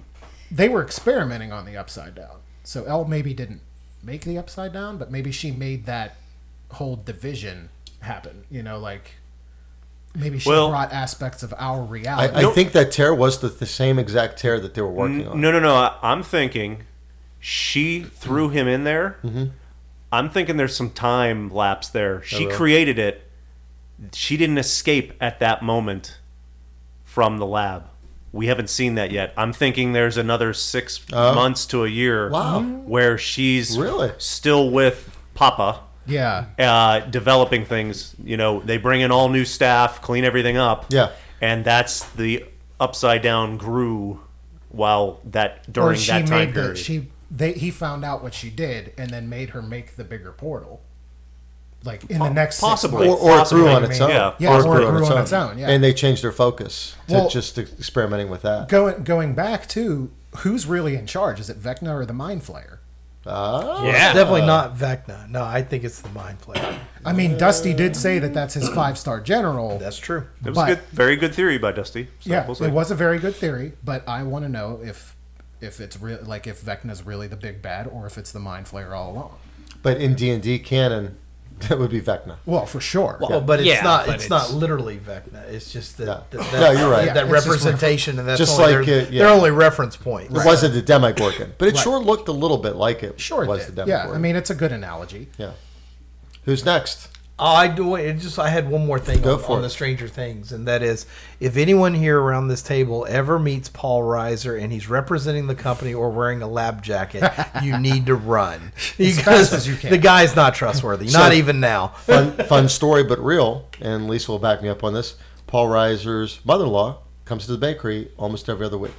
F: they were experimenting on the upside down. So Elle maybe didn't make the upside down, but maybe she made that whole division happen. You know, like maybe she
D: Well-
F: brought aspects of our reality.
B: I, I think that tear was the, the same exact tear that they were working on.
D: No, no, no. I- I'm thinking she threw him in there.
B: Mm-hmm.
D: I'm thinking there's some time lapse there. She
B: really?
D: created it. She didn't escape at that moment from the lab. We haven't seen that yet. I'm thinking there's another six months to a year
B: Oh. Wow.
D: where she's
B: Really?
D: still with Papa
F: yeah.
D: uh, developing things. You know, they bring in all new staff, clean everything up.
B: Yeah.
D: and that's the upside down grew while that during
F: or she
D: that time
F: made
D: period.
F: the she they he found out what she did and then made her make the bigger portal. Like in the next six
D: possibly.
F: months.
B: Or, or it grew
D: Possibly,
B: on its own.
D: yeah.
F: Yeah, or it grew on its own, yeah.
B: And they changed their focus to
F: Well-
B: just experimenting with that.
F: going going back to who's really in charge? Is it Vecna or the Mind Flayer?
B: Ah.
E: yeah,
C: Definitely not Vecna. No, I think it's the Mind Flayer.
F: I mean, Dusty did say that that's his five star general.
C: That's true.
D: it was
F: but-
D: good, very good theory by Dusty. So
F: yeah,
D: we'll see.
F: it was a very good theory, but I want to know if if it's real, like if Vecna's really the big bad, or if it's the Mind Flayer all along.
B: But in D and D canon, that would be Vecna.
F: Well, for sure.
C: Well, but it's
E: yeah,
C: not.
E: but
C: it's,
E: it's-
C: not literally Vecna. It's just that.
B: No.
C: that,
B: No, you're right.
C: That
F: Yeah, it's just
C: representation, and that's
B: Just
C: only
B: like
C: their,
B: it, yeah.
C: their only reference point.
B: It wasn't the Demogorgon, but it
F: Right.
B: sure looked a little bit like it.
F: sure, it
B: was
F: did.
B: the
F: yeah.
B: Demogorgon.
F: I mean, it's a good analogy.
B: yeah. Who's next?
C: Oh, I do. It just I had one more thing
B: Go
C: on,
B: for
C: on
B: it.
C: the Stranger Things, and that is, if anyone here around this table ever meets Paul Reiser and he's representing the company or wearing a lab jacket, you need to run
F: As
C: Because
F: fast as you can.
C: The guy's not trustworthy. not even now.
B: Fun, fun story, but real. And Lisa will back me up on this. Paul Reiser's mother-in-law comes to the bakery almost every other week.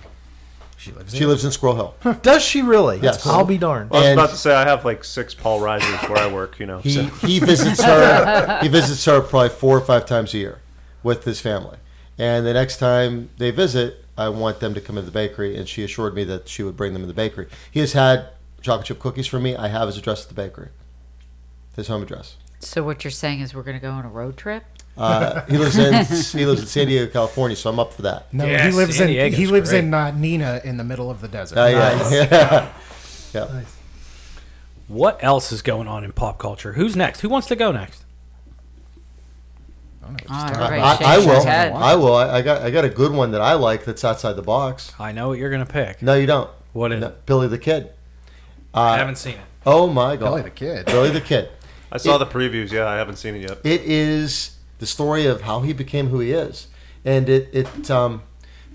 F: She lives.
B: She
F: in
B: lives in Squirrel Hill.
C: Does she really?
B: Yes.
C: I'll be darned.
D: I was
B: And-
D: about to say I have like six Paul Risers where I work. You know,
B: He,
D: so-
B: he visits her. he visits her probably four or five times a year with his family. And the next time they visit, I want them to come into the bakery, and she assured me that she would bring them in the bakery. He has had chocolate chip cookies for me. I have his address at the bakery, his home address.
A: So what you're saying is we're going to go on a road trip?
B: Uh, he lives in he lives in San Diego, California, so I'm up for that.
F: no,
E: Yeah,
F: he lives
E: San
F: in he
E: Diego's
F: lives
E: great.
F: in uh, Nina in the middle of the desert.
B: Uh, yeah, yeah. Yeah.
E: what else is going on in pop culture? Who's next? Who wants to go next?
A: Oh,
B: I,
A: everybody
B: I-
A: shakes
B: I
A: their
B: will.
A: head.
B: I will. I, I got. I got a good one that I like. That's outside the box.
E: I know what you're going to pick.
B: No, you don't.
E: What is
B: No,
E: it?
B: Billy the Kid. Uh,
E: I haven't seen it.
B: Oh my God.
F: Billy the Kid.
B: Billy the Kid.
D: I saw the previews. Yeah, I haven't seen it yet.
B: It is the story of how he became who he is, and it it um,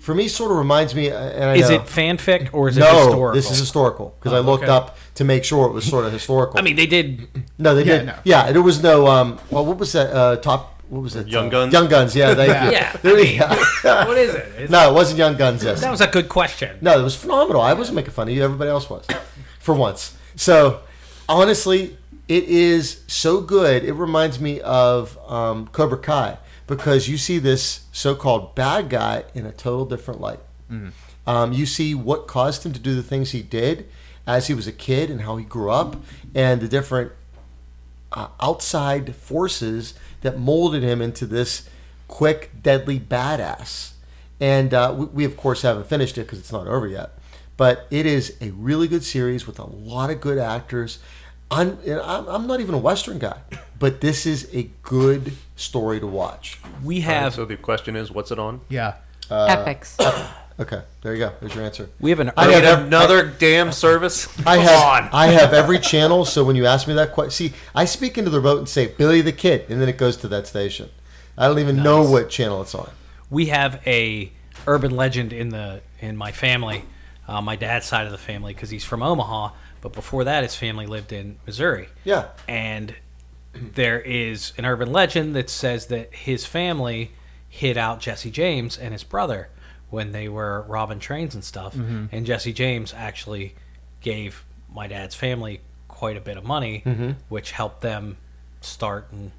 B: for me sort of reminds me. uh, And I
E: Is
B: know,
E: it fanfic or is it
B: no,
E: historical?
B: this is historical because I looked
E: okay.
B: up to make sure it was sort of historical.
E: I mean, they did.
B: no, they
F: yeah,
B: did.
F: no.
B: Yeah, there was no. Um, well, what was that? Uh, top. What was it?
D: Young
B: Uh,
D: Guns?
B: Young Guns. Yeah, thank you.
E: Yeah.
B: There- yeah.
E: What is it? It's-
B: No, it wasn't Young Guns. Yes.
E: That was a good question.
B: No, it was phenomenal. I wasn't making fun of you. Everybody else was, for once. So, honestly, it is so good. It reminds me of um, Cobra Kai because you see this so-called bad guy in a total different light. Um, you see what caused him to do the things he did as he was a kid and how he grew up and the different uh, outside forces that molded him into this quick, deadly badass. And uh, we, we, of course, haven't finished it because it's not over yet. But it is a really good series with a lot of good actors. I'm, and I'm, I'm not even a Western guy, but this is a good story to watch.
E: We
D: All right,
E: have
D: so the question is, what's it on?
F: Yeah.
B: Uh,
A: Epics.
B: Okay, there you go. There's your answer.
E: we have an
B: I
D: I
B: have
D: have
B: ev-
D: another damn service.
B: I
D: Come
B: have
D: on.
B: I have every channel. So when you ask me that question, see, I speak into the remote and say Billy the Kid, and then it goes to that station. I don't even know what channel it's on.
E: we have a urban legend in the in my family, uh, my dad's side of the family, because he's from Omaha. But before that, his family lived in Missouri.
B: Yeah.
E: and there is an urban legend that says that his family hid out Jesse James and his brother when they were robbing trains and stuff. And Jesse James actually gave my dad's family quite a bit of money, which helped them start and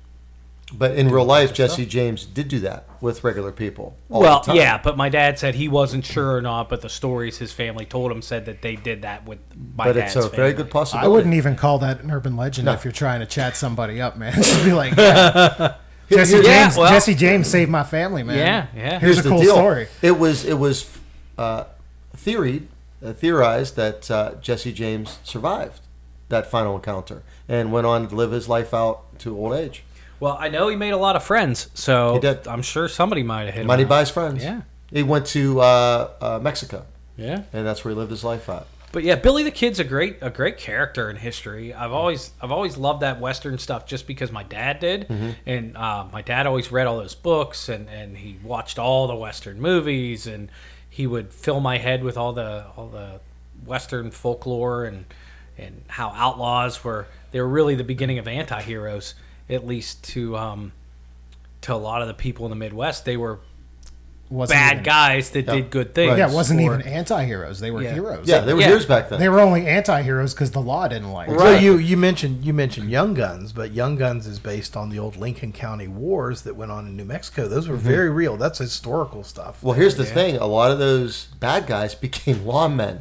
B: But in real life, Jesse James did do that with regular people. all the
E: Well,
B: time.
E: yeah, but my dad said he wasn't sure or not, but the stories his family told him said that they did that with my
B: But
E: dad's
B: it's a very
E: family.
B: good possibility.
F: I wouldn't even call that an urban legend
B: No.
F: if you're trying to chat somebody up, man. Just be like, yeah.
B: Here's-
F: Jesse
E: Yeah,
F: James.
E: well-
F: Jesse James saved my family, man.
E: Yeah, yeah.
F: Here's, a cool story.
B: It was it was uh, theory uh, theorized that uh, Jesse James survived that final encounter and went on to live his life out to old age.
E: Well, I know he made a lot of friends, so
B: He did.
E: I'm sure somebody might have hit
B: Money
E: him.
B: buys friends.
E: Yeah.
B: he went to uh, uh, Mexico,
E: Yeah.
B: and that's where he lived his life at.
E: But yeah, Billy the Kid's a great a great character in history. I've always I've always loved that Western stuff just because my dad did,
B: Mm-hmm.
E: and uh, my dad always read all those books and and he watched all the Western movies and he would fill my head with all the all the Western folklore and and how outlaws were they were really the beginning of anti-heroes at least to um to a lot of the people in the Midwest they were
F: Wasn't
E: bad
F: even-
E: guys that
B: Yeah.
E: did good things.
F: Yeah, it wasn't
B: Or-
F: even anti-heroes. They were
E: Yeah.
F: heroes.
B: Yeah, they were
E: Yeah.
B: years back then.
F: They were only anti-heroes because the law didn't like. them.
C: Well, you you mentioned you mentioned Young Guns, but Young Guns is based on the old Lincoln County wars that went on in New Mexico. Those
F: Mm-hmm.
C: were very real. That's historical stuff.
B: well, here's the thing: a lot of those bad guys became lawmen.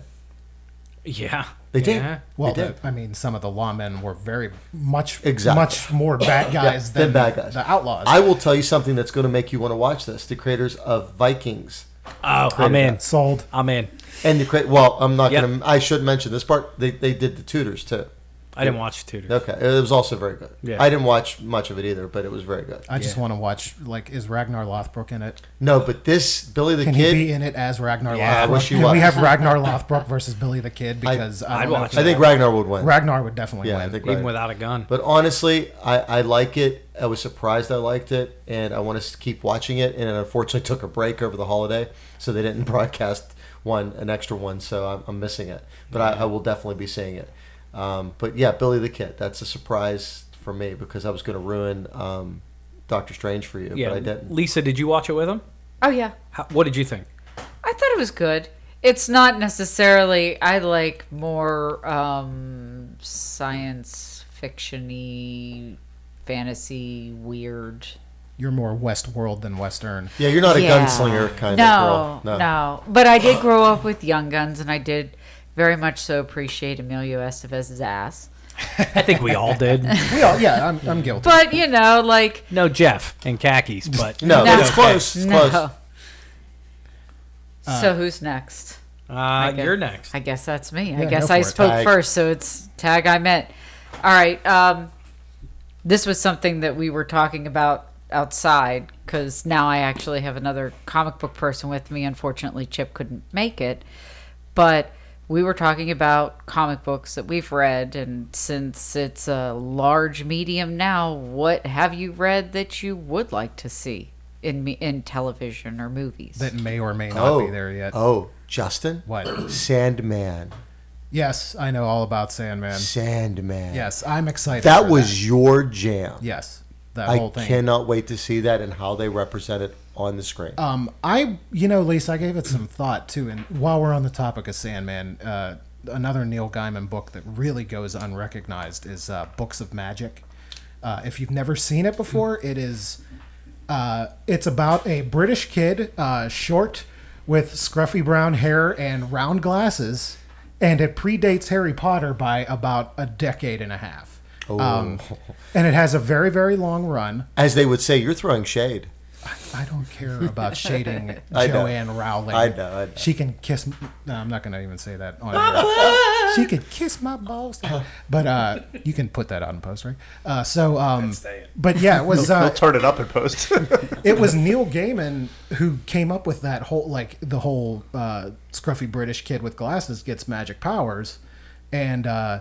E: Yeah.
B: They did.
E: Yeah.
F: Well,
B: They
F: the,
B: did.
F: I mean, some of the lawmen were very much,
B: Exactly.
F: much more bad guys
B: Yeah,
F: than
B: they're bad guys.
F: the outlaws.
B: I will tell you something that's going to make you want to watch this: the creators of Vikings.
E: Oh, I'm in.
F: sold.
E: I'm in.
B: And the cra- well, I'm not
E: Yep.
B: gonna. I should mention this part. They, they did the Tudors too.
E: I didn't watch Tudor.
B: Okay, it was also very good.
E: Yeah.
B: I didn't watch much of it either, but it was very good.
F: I just want to watch. Like, is Ragnar Lothbrok in it?
B: No, but this Billy the
F: Can
B: Kid.
F: he be in it as Ragnar
B: Yeah, I
F: Lothbrok?
B: wish he
F: Can we
B: was.
F: have Ragnar Lothbrok versus Billy the Kid? Because I,
E: I'd
F: don't know.
E: watch
B: I think Ragnar would win.
F: Ragnar would definitely
B: yeah, I
F: win.
B: think
E: even
B: Ragnar.
E: without a gun.
B: But honestly, I, I like it. I was surprised I liked it, and I want to keep watching it. And it unfortunately took a break over the holiday, so they didn't broadcast one an extra one. So I'm, I'm missing it, but I, I will definitely be seeing it. Um, but yeah, Billy the Kid. That's a surprise for me because I was going to ruin um, Doctor Strange for you,
E: yeah,
B: but I didn't.
E: Lisa, did you watch it with him?
A: oh yeah.
E: How, what did you think?
A: I thought it was good. It's not necessarily. I like more um, science fictiony, fantasy, weird.
F: You're more Westworld than Western.
B: Yeah, you're not a
A: Yeah.
B: gunslinger kind
A: no,
B: of girl.
A: No, But I did grow up with Young Guns, and I did very much so appreciate Emilio Estevez's ass.
E: I think we all did.
F: We all, yeah, I'm, I'm guilty.
A: But you know, like
E: No, Jeff and khakis, but
B: No,
A: No.
B: it's close. It's
A: no.
B: close.
A: so who's next?
E: uh,
A: Okay.
E: you're next.
A: I guess that's me. I
F: Yeah,
A: guess
F: go
A: I
F: for it.
A: spoke
B: Tag.
A: first, so it's tag I meant. All right. Um, this was something that we were talking about outside because now I actually have another comic book person with me. Unfortunately, Chip couldn't make it, but we were talking about comic books that we've read, and since it's a large medium now, what have you read that you would like to see in me in television or movies?
F: That may or may not
B: Oh,
F: be there yet.
B: oh, Justin.
F: What?
B: Sandman.
F: Yes, I know all about Sandman.
B: Sandman.
F: Yes, I'm excited.
B: That
F: for
B: was your jam.
F: yes, that
B: I
F: whole thing.
B: cannot wait to see that and how they represent it on the screen.
F: Um, I, you know, Lisa, I gave it some thought too. And while we're on the topic of Sandman, uh, another Neil Gaiman book that really goes unrecognized is uh, Books of Magic. Uh, if you've never seen it before, it is, uh, it's about a British kid, uh, short, with scruffy brown hair and round glasses, and it predates Harry Potter by about a decade and a half. Um, and it has a very, very long run.
B: As they would say, you're throwing shade.
F: I don't care about shading
B: I know.
F: Joanne Rowling.
B: I know, I know.
F: She can kiss. m- No, I'm not going to even say that. On air. She can kiss my balls. But uh, you can put that out in post, right? Uh, so, um, but yeah, it was uh,
D: I'll turn it up in post.
F: it was Neil Gaiman who came up with that whole like the whole uh, scruffy British kid with glasses gets magic powers, and uh,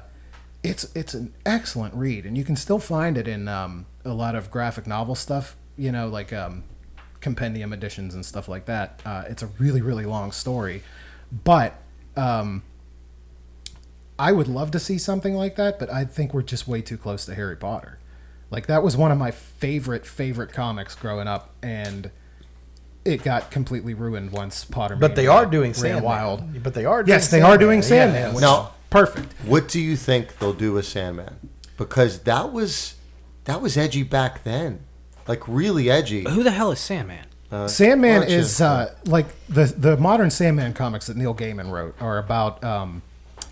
F: it's it's an excellent read, and you can still find it in um, a lot of graphic novel stuff, you know, like um, compendium editions and stuff like that. Uh, it's a really really long story, but um, I would love to see something like that, but I think we're just way too close to Harry Potter. Like that was one of my favorite favorite comics growing up, and it got completely ruined once Potter.
C: But they are doing Sandman.
F: Wild.
C: But they are. Doing
F: Yes, they are doing Sandman.
C: yeah.
F: which
B: Now-
F: is perfect.
B: What do you think they'll do with Sandman? Because that was that was edgy back then, like really edgy.
E: Who the hell is Sandman?
F: Sandman
B: why don't you-
F: is uh, like the the modern Sandman comics that Neil Gaiman wrote are about um,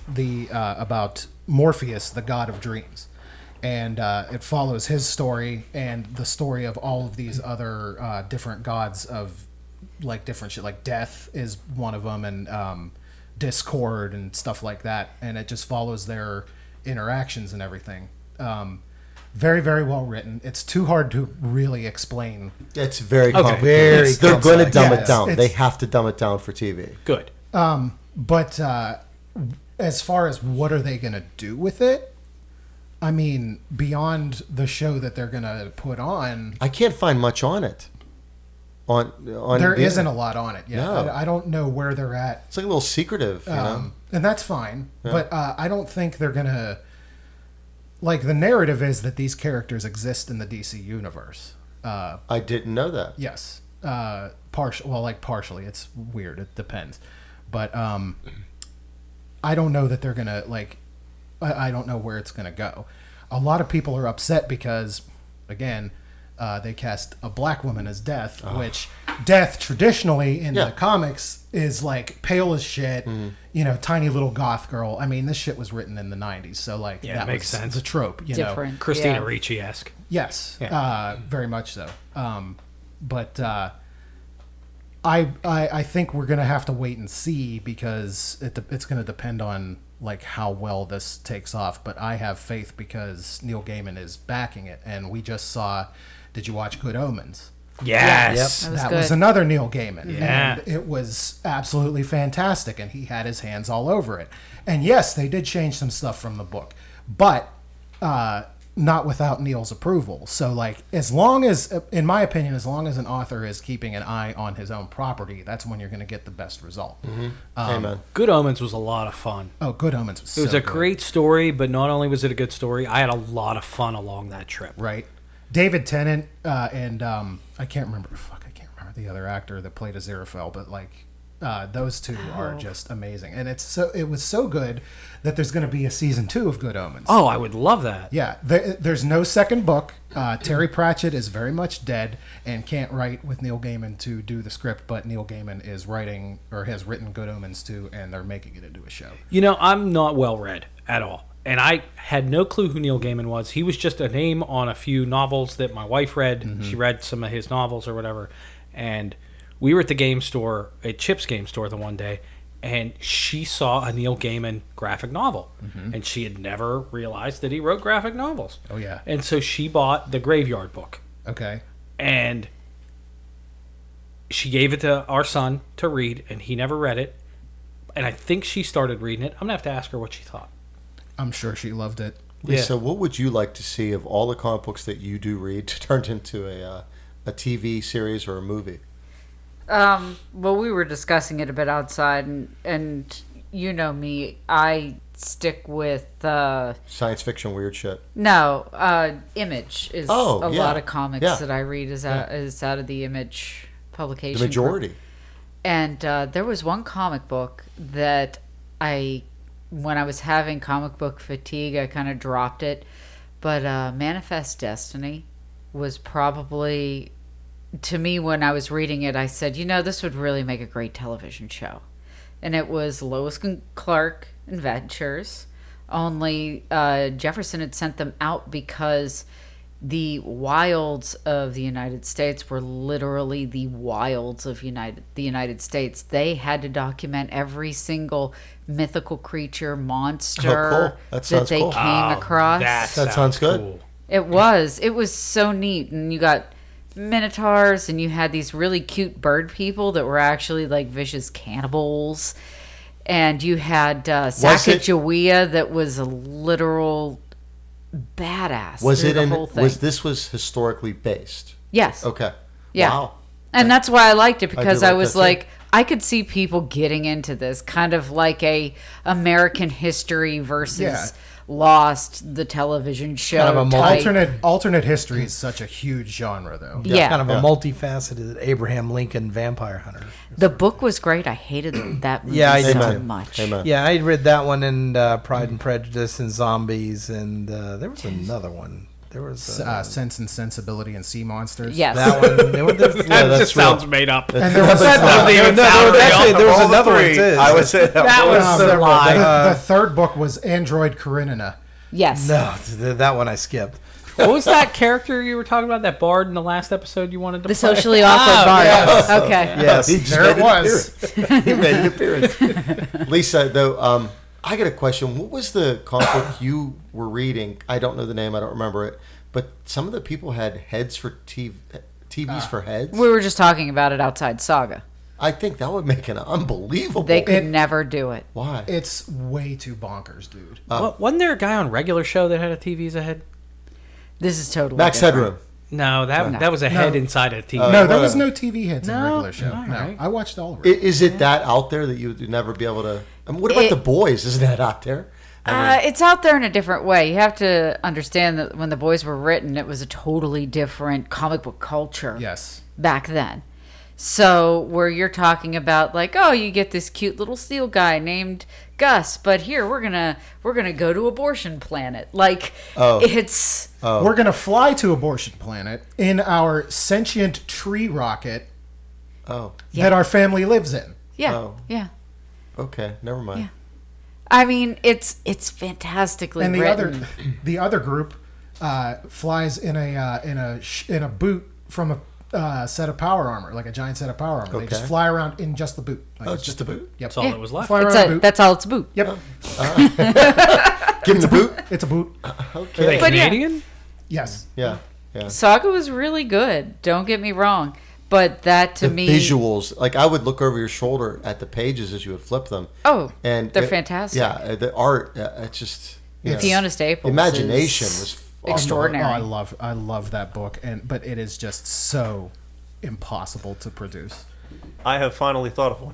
F: the uh, about Morpheus, the god of dreams, and uh, it follows his story and the story of all of these other uh, different gods of like different shit. Like death is one of them, and um, discord and stuff like that, and it just follows their interactions and everything. Um, very very well written. It's too hard to really explain
B: It's very complicated.
C: Very
B: They're going to
C: complex.
B: dumb
F: Yes,
B: it down.
F: it's-
B: They have to dumb it down for TV.
E: Good.
F: But uh, as far as what are they going to do with it? I mean, beyond the show that they're going to put on,
B: I can't find much on it. On on
F: there
B: the-
F: not a lot on it. Yeah,
B: No.
F: I, I don't know where they're at,
B: It's like a little secretive. You know?
F: um, and that's fine. But uh, I don't think they're going to. Like the narrative is that these characters exist in the DC universe. Uh,
B: I didn't know that.
F: Yes. Uh partial well like partially. It's weird. It depends. But um I don't know that they're going to like I, I don't know where it's going to go. A lot of people are upset because again, uh, they cast a black woman as Death, which Death traditionally in
B: Yeah. Mm-hmm.
F: the comics is like pale as shit, you know, tiny little goth girl. I mean, this shit was written in the '90s, so like
E: Yeah, it makes
F: was
E: sense.
F: The trope, you know,
A: Different.
E: Christina
A: yeah.
E: Ricci esque.
F: Yes,
E: Yeah.
F: uh, very much so. Um, but uh, I, I I think we're gonna have to wait and see because it de- it's gonna depend on like how well this takes off. But I have faith because Neil Gaiman is backing it, and we just saw. Did you watch Good Omens?
E: Yes.
A: That was
F: that
A: good.
F: was another Neil Gaiman.
E: Yeah.
F: And it was absolutely fantastic, and he had his hands all over it. And yes, they did change some stuff from the book, but uh, not without Neil's approval. So, like, as long as, in my opinion, as long as an author is keeping an eye on his own property, that's when you're going to get the best result.
E: Mm-hmm.
F: um,
B: Amen.
E: Good Omens was a lot of fun.
F: Oh, Good Omens was
E: It was
F: so
E: a
F: good,
E: great story, but not only was it a good story, I had a lot of fun along that trip.
F: right? David Tennant uh, and um, I can't remember. Fuck, I can't remember the other actor that played Aziraphale, but like uh, those two are just amazing, and it's so it was so good that there's going to be a season two of Good Omens.
E: Oh, I would love that.
F: Yeah, there, there's no second book. Uh, Terry Pratchett is very much dead and can't write with Neil Gaiman to do the script, but Neil Gaiman is writing or has written Good Omens too, and they're making it into a show.
E: You know, I'm not well read at all. And I had no clue who Neil Gaiman was. He was just a name on a few novels that my wife read.
F: Mm-hmm.
E: She read some of his novels or whatever. And we were at the game store, at Chip's game store, the one day, and she saw a Neil Gaiman graphic novel. And she had never realized that he wrote graphic novels.
F: Mm-hmm. Oh, yeah.
E: And so she bought the Graveyard book.
F: Okay,
E: and she gave it to our son to read and he never read it and i think she started reading it i'm gonna have to ask her what she thought
F: I'm sure she loved it.
B: Lisa, what would you like to see of all the comic books that you do read turned into a uh, a TV series or a movie?
A: Um, well, we were discussing it a bit outside, and, and you know me, I stick with uh,
B: Science fiction weird shit.
A: no uh, image is
B: Oh,
A: a
B: yeah.
A: lot of comics
B: Yeah.
A: that I read is out, is out of the image publication.
B: The
A: group.
B: majority.
A: And uh, there was one comic book that I, when I was having comic book fatigue, I kind of dropped it. But uh, Manifest Destiny was probably to me when I was reading it, I said, you know, this would really make a great television show. And it was Lois and Clark Adventures, only uh, Jefferson had sent them out because the wilds of the United States were literally the wilds of United the United States. They had to document every single mythical creature, monster
B: That
A: that,
B: sounds
A: they
B: Oh, cool.
A: came across.
B: That sounds good.
A: It was. It was so neat. And you got minotaurs and you had these really cute bird people that were actually like vicious cannibals. And you had uh,
B: it-
A: Sacagawea that was a literal badass.
B: Was
A: through
B: it
A: the
B: in?
A: whole thing.
B: Was this was historically based?
A: Yes.
B: Okay.
A: Yeah.
B: Wow.
A: And that's why I liked it because I,
B: like
A: was
B: that too.
A: like, I could see people getting into this kind of like a American history versus
F: Yeah.
A: Lost, the television show.
C: Kind of a
A: type.
F: Alternate alternate history is such a huge genre, though.
A: Yeah.
C: Kind of
B: Yeah.
C: a multifaceted Abraham Lincoln vampire hunter.
A: The book was great. I hated that movie
C: Yeah, I
A: so
C: did
B: too.
A: much.
B: Amen.
C: Yeah, I read that one and uh, Pride and Prejudice and Zombies and uh, there was another one. There was
F: S-
C: uh,
B: um,
F: Uh, Sense and Sensibility and Sea Monsters.
A: Yes.
C: that one. There was, there was-
B: Yeah,
E: that
B: that's
E: just
B: real.
E: sounds made up. That
F: There was,
C: That
E: doesn't even sound
C: was
E: real.
C: actually- there was
D: All the
C: another one
D: three,
C: too.
D: I would say that,
E: That
D: one.
E: was
F: um,
E: so
F: the,
E: lie.
B: uh,
F: the third book was Android Karenina.
A: Yes.
C: No, th- that one I skipped.
E: What was that character you were talking about? That bard in the last episode you wanted
A: The
E: to play?
A: socially awkward
E: Oh,
A: bar.
E: yeah.
A: Okay.
C: Yes.
B: He just
F: There it
B: made an
F: was.
B: appearance. he made an appearance. Lisa, though, um, I got a question. What was the comic book you were reading? I don't know the name. I don't remember it. But some of the people had heads for TV, TVs
F: Ah.
B: for heads.
A: We were just talking about it outside Saga.
B: I think that would make an unbelievable.
A: They could
F: It-
A: never do it.
B: Why?
F: It's way too bonkers, dude.
B: Uh,
E: Wa- wasn't there a guy on regular show that had a TV's ahead?
A: This is totally
B: Max
A: different.
B: Headroom.
E: No, that that was a head inside a TV.
F: no, there
B: uh,
F: was no TV hits in
E: No?
F: regular show.
E: All
F: No,
E: right.
F: I watched all of
B: I-
F: it.
B: Is it that out there that you would never be able to? I mean, what about
A: It-
B: the boys? Isn't that out there?
A: Uh, it's out there in a different way. You have to understand that when the boys were written, it was a totally different comic book culture
F: yes.
A: back then. So, where you're talking about like, oh, you get this cute little seal guy named Gus, but here we're gonna we're gonna go to abortion planet. Like, it's
B: Oh.
F: We're going to fly to Abortion Planet in our sentient tree rocket
B: Oh,
F: that our family lives in.
A: yeah,
B: Oh.
A: yeah.
B: okay. Never mind.
A: I mean, it's it's fantastically
F: and the
A: written.
F: other the other group uh, flies in a uh, in a sh- in a boot from a uh, set of power armor, like a giant set of power armor. They just
B: Okay.
F: fly around in just the boot. Like,
B: Oh,
F: it's
B: just the boot?
F: Yep.
E: That's all that was left.
F: Fly
A: It's
F: around
A: a-
F: a boot.
A: that's all it's boot.
F: Yep.
B: Give him the boot.
F: It's a boot.
E: Are they
B: Okay.
A: But yeah.
E: Canadian?
F: Yes.
B: Yeah. Yeah.
A: Saga was really good. Don't get me wrong, but that to
B: the
A: me,
B: visuals. Like I would look over your shoulder at the pages as you would flip them.
A: Oh,
B: and
A: they're
B: it-
A: fantastic.
B: Yeah, uh, the art. Uh, it's just you know,
A: Fiona Staples.
B: Imagination
A: is
B: was awesome.
A: extraordinary.
F: Oh, I love I love that book, and but it is just so impossible to produce.
D: I have finally thought of one.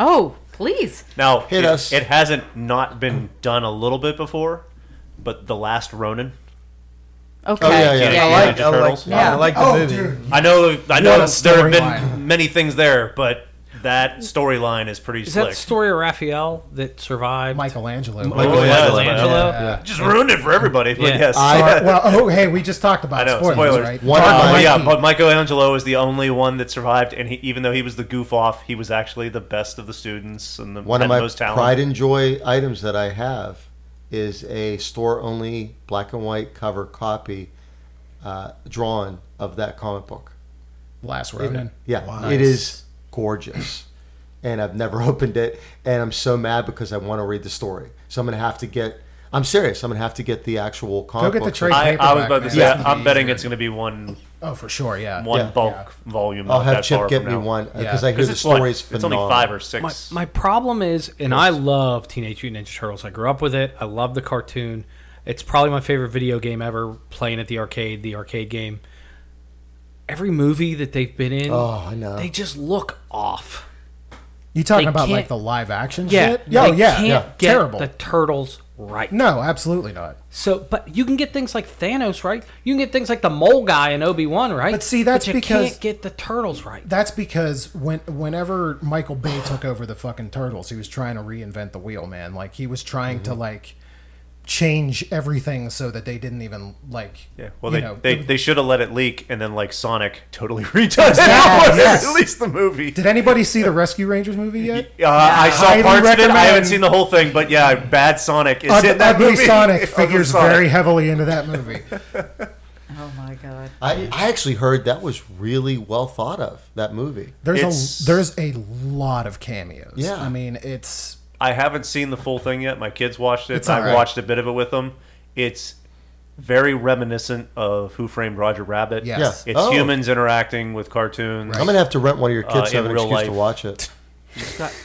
A: Oh, please.
D: Now,
B: Hit
D: it,
B: us.
D: it hasn't not been done a little bit before, but The Last Ronin.
A: Okay.
B: Oh, yeah, yeah.
D: Teenage
B: I
D: Mutant
B: like-
D: Ninja Turtles.
A: Yeah.
C: I like the
F: Oh,
C: movie.
F: dude.
D: I know, I know
F: What a
D: there have been
F: storyline.
D: many things there, but that storyline is pretty
E: Is that
D: slick.
E: the story of Raphael that survived?
F: Michelangelo.
D: Oh,
B: Michelangelo.
D: yeah,
E: Michelangelo.
D: yeah. Just ruined it for everybody. But
E: Yeah.
D: yes,
F: Sorry- well, oh, hey, we just talked
D: I
F: about
D: know.
F: spoilers,
D: Spoilers,
F: right?
B: One
F: Dark
B: of
D: Uh,
B: my-
F: Knight.
D: yeah, but Michelangelo is the only one that survived, and he, even though he was the goof off, he was actually the best of the students and the
B: One of
D: had
B: my
D: most talent.
B: pride and joy items that I have is a store-only black and white cover copy uh, drawn of that comic book.
F: Last Ronin.
B: Yeah,
C: Wow.
B: it is gorgeous. And I've never opened it, and I'm so mad because I want to read the story. So I'm gonna have to get. I'm serious. I'm gonna have to get the actual comic.
F: get the
B: book.
F: trade.
D: I, I was about to
F: Paperback,
D: say,
F: man.
D: I'm betting it's going to be one
F: Oh, for sure, yeah.
D: one
B: Yeah.
D: bulk volume.
B: I'll
D: not
B: have
D: that
B: Chip
D: far
B: get
D: from
B: me
D: now.
B: one
F: Yeah.
B: because I hear the
D: like-
B: story is
D: it's
B: phenomenal.
D: only five or
E: My,
D: six.
E: my problem is, and I love Teenage Mutant Ninja Turtles. I grew up with it. I love the cartoon. It's probably my favorite video game ever. Playing at the arcade, the arcade game. Every movie that they've been in,
B: Oh, I know.
E: they just look off.
F: You talking
E: They
F: about like
E: can't-
F: the live action
E: Yeah,
F: shit? Yeah, oh,
E: they
F: yeah,
E: Can't
F: yeah.
E: get
F: Terrible.
E: the turtles right.
F: No, absolutely not.
E: So, but you can get things like Thanos right. You can get things like the mole guy in Obi Wan right.
F: But see, that's
E: you
F: because-
E: can't get the turtles right.
F: That's because when whenever Michael
D: Mm-hmm.
F: Bay took over the fucking turtles, he was trying to reinvent the wheel, man. Like he was trying to like change everything so that they didn't even like.
D: Yeah. Well,
F: you
D: they,
F: know,
D: they,
F: the-
D: they should have let it leak, and then like Sonic totally redoes it
F: Yes,
D: when they
F: yes.
D: released the movie.
F: Did anybody see the Rescue Rangers movie yet?
D: Uh, I saw
F: Highly
D: parts of it. I haven't
F: recommend.
D: seen the whole thing, but yeah, bad Sonic is
F: Ug-
D: in that
F: Ugly
D: movie.
F: Uh, Sonic
D: Ugly
F: figures
D: Sonic.
F: very heavily into that movie.
A: Oh my god.
B: I, I actually heard that was really well thought of that movie.
F: There's
D: It's-
F: a there's a lot of cameos.
B: Yeah.
F: I mean it's
D: I haven't seen the full thing yet. My kids watched it.
F: It's
D: I've
F: alright.
D: watched a bit of it with them. It's very reminiscent of Who Framed Roger Rabbit.
F: Yes.
B: Yeah.
D: It's
B: Oh.
D: humans interacting with cartoons.
B: I'm gonna have to rent one of your
D: Uh,
B: kids to have
D: in
B: an
D: real
B: excuse to
D: life.
B: watch it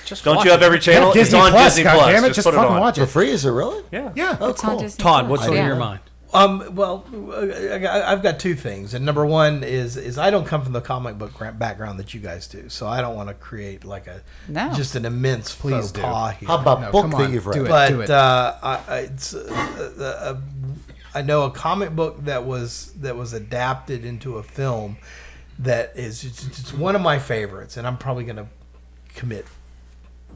E: Just
D: Don't
E: watch
D: you have
E: it.
D: every channel?
F: Yeah,
D: it's
F: Disney
D: on
F: Plus,
D: Disney
F: God
D: Plus.
F: damn it, just
D: put it
F: fucking
D: on.
F: watch
B: for
F: it.
B: free. Is it really?
D: Yeah.
F: Yeah.
B: Oh,
A: It's
B: cool.
A: on Disney.
E: Todd,
A: Plus,
E: what's on
A: yeah.
E: your mind?
C: Um, well, I- I- I've got two things, and number one is is I don't come from the comic book gra- background that you guys do, so I don't want to create like a
A: No.
C: just an immense
F: Please
C: faux
F: do.
C: pas here.
B: How about
F: No,
B: book
F: come
B: that
F: on,
B: you've
F: do
B: read?
F: it.
C: but
F: it.
C: uh, I, I- it's, uh, uh, uh, I know a comic book that was that was adapted into a film that is it's, it's one of my favorites, and I'm probably going to commit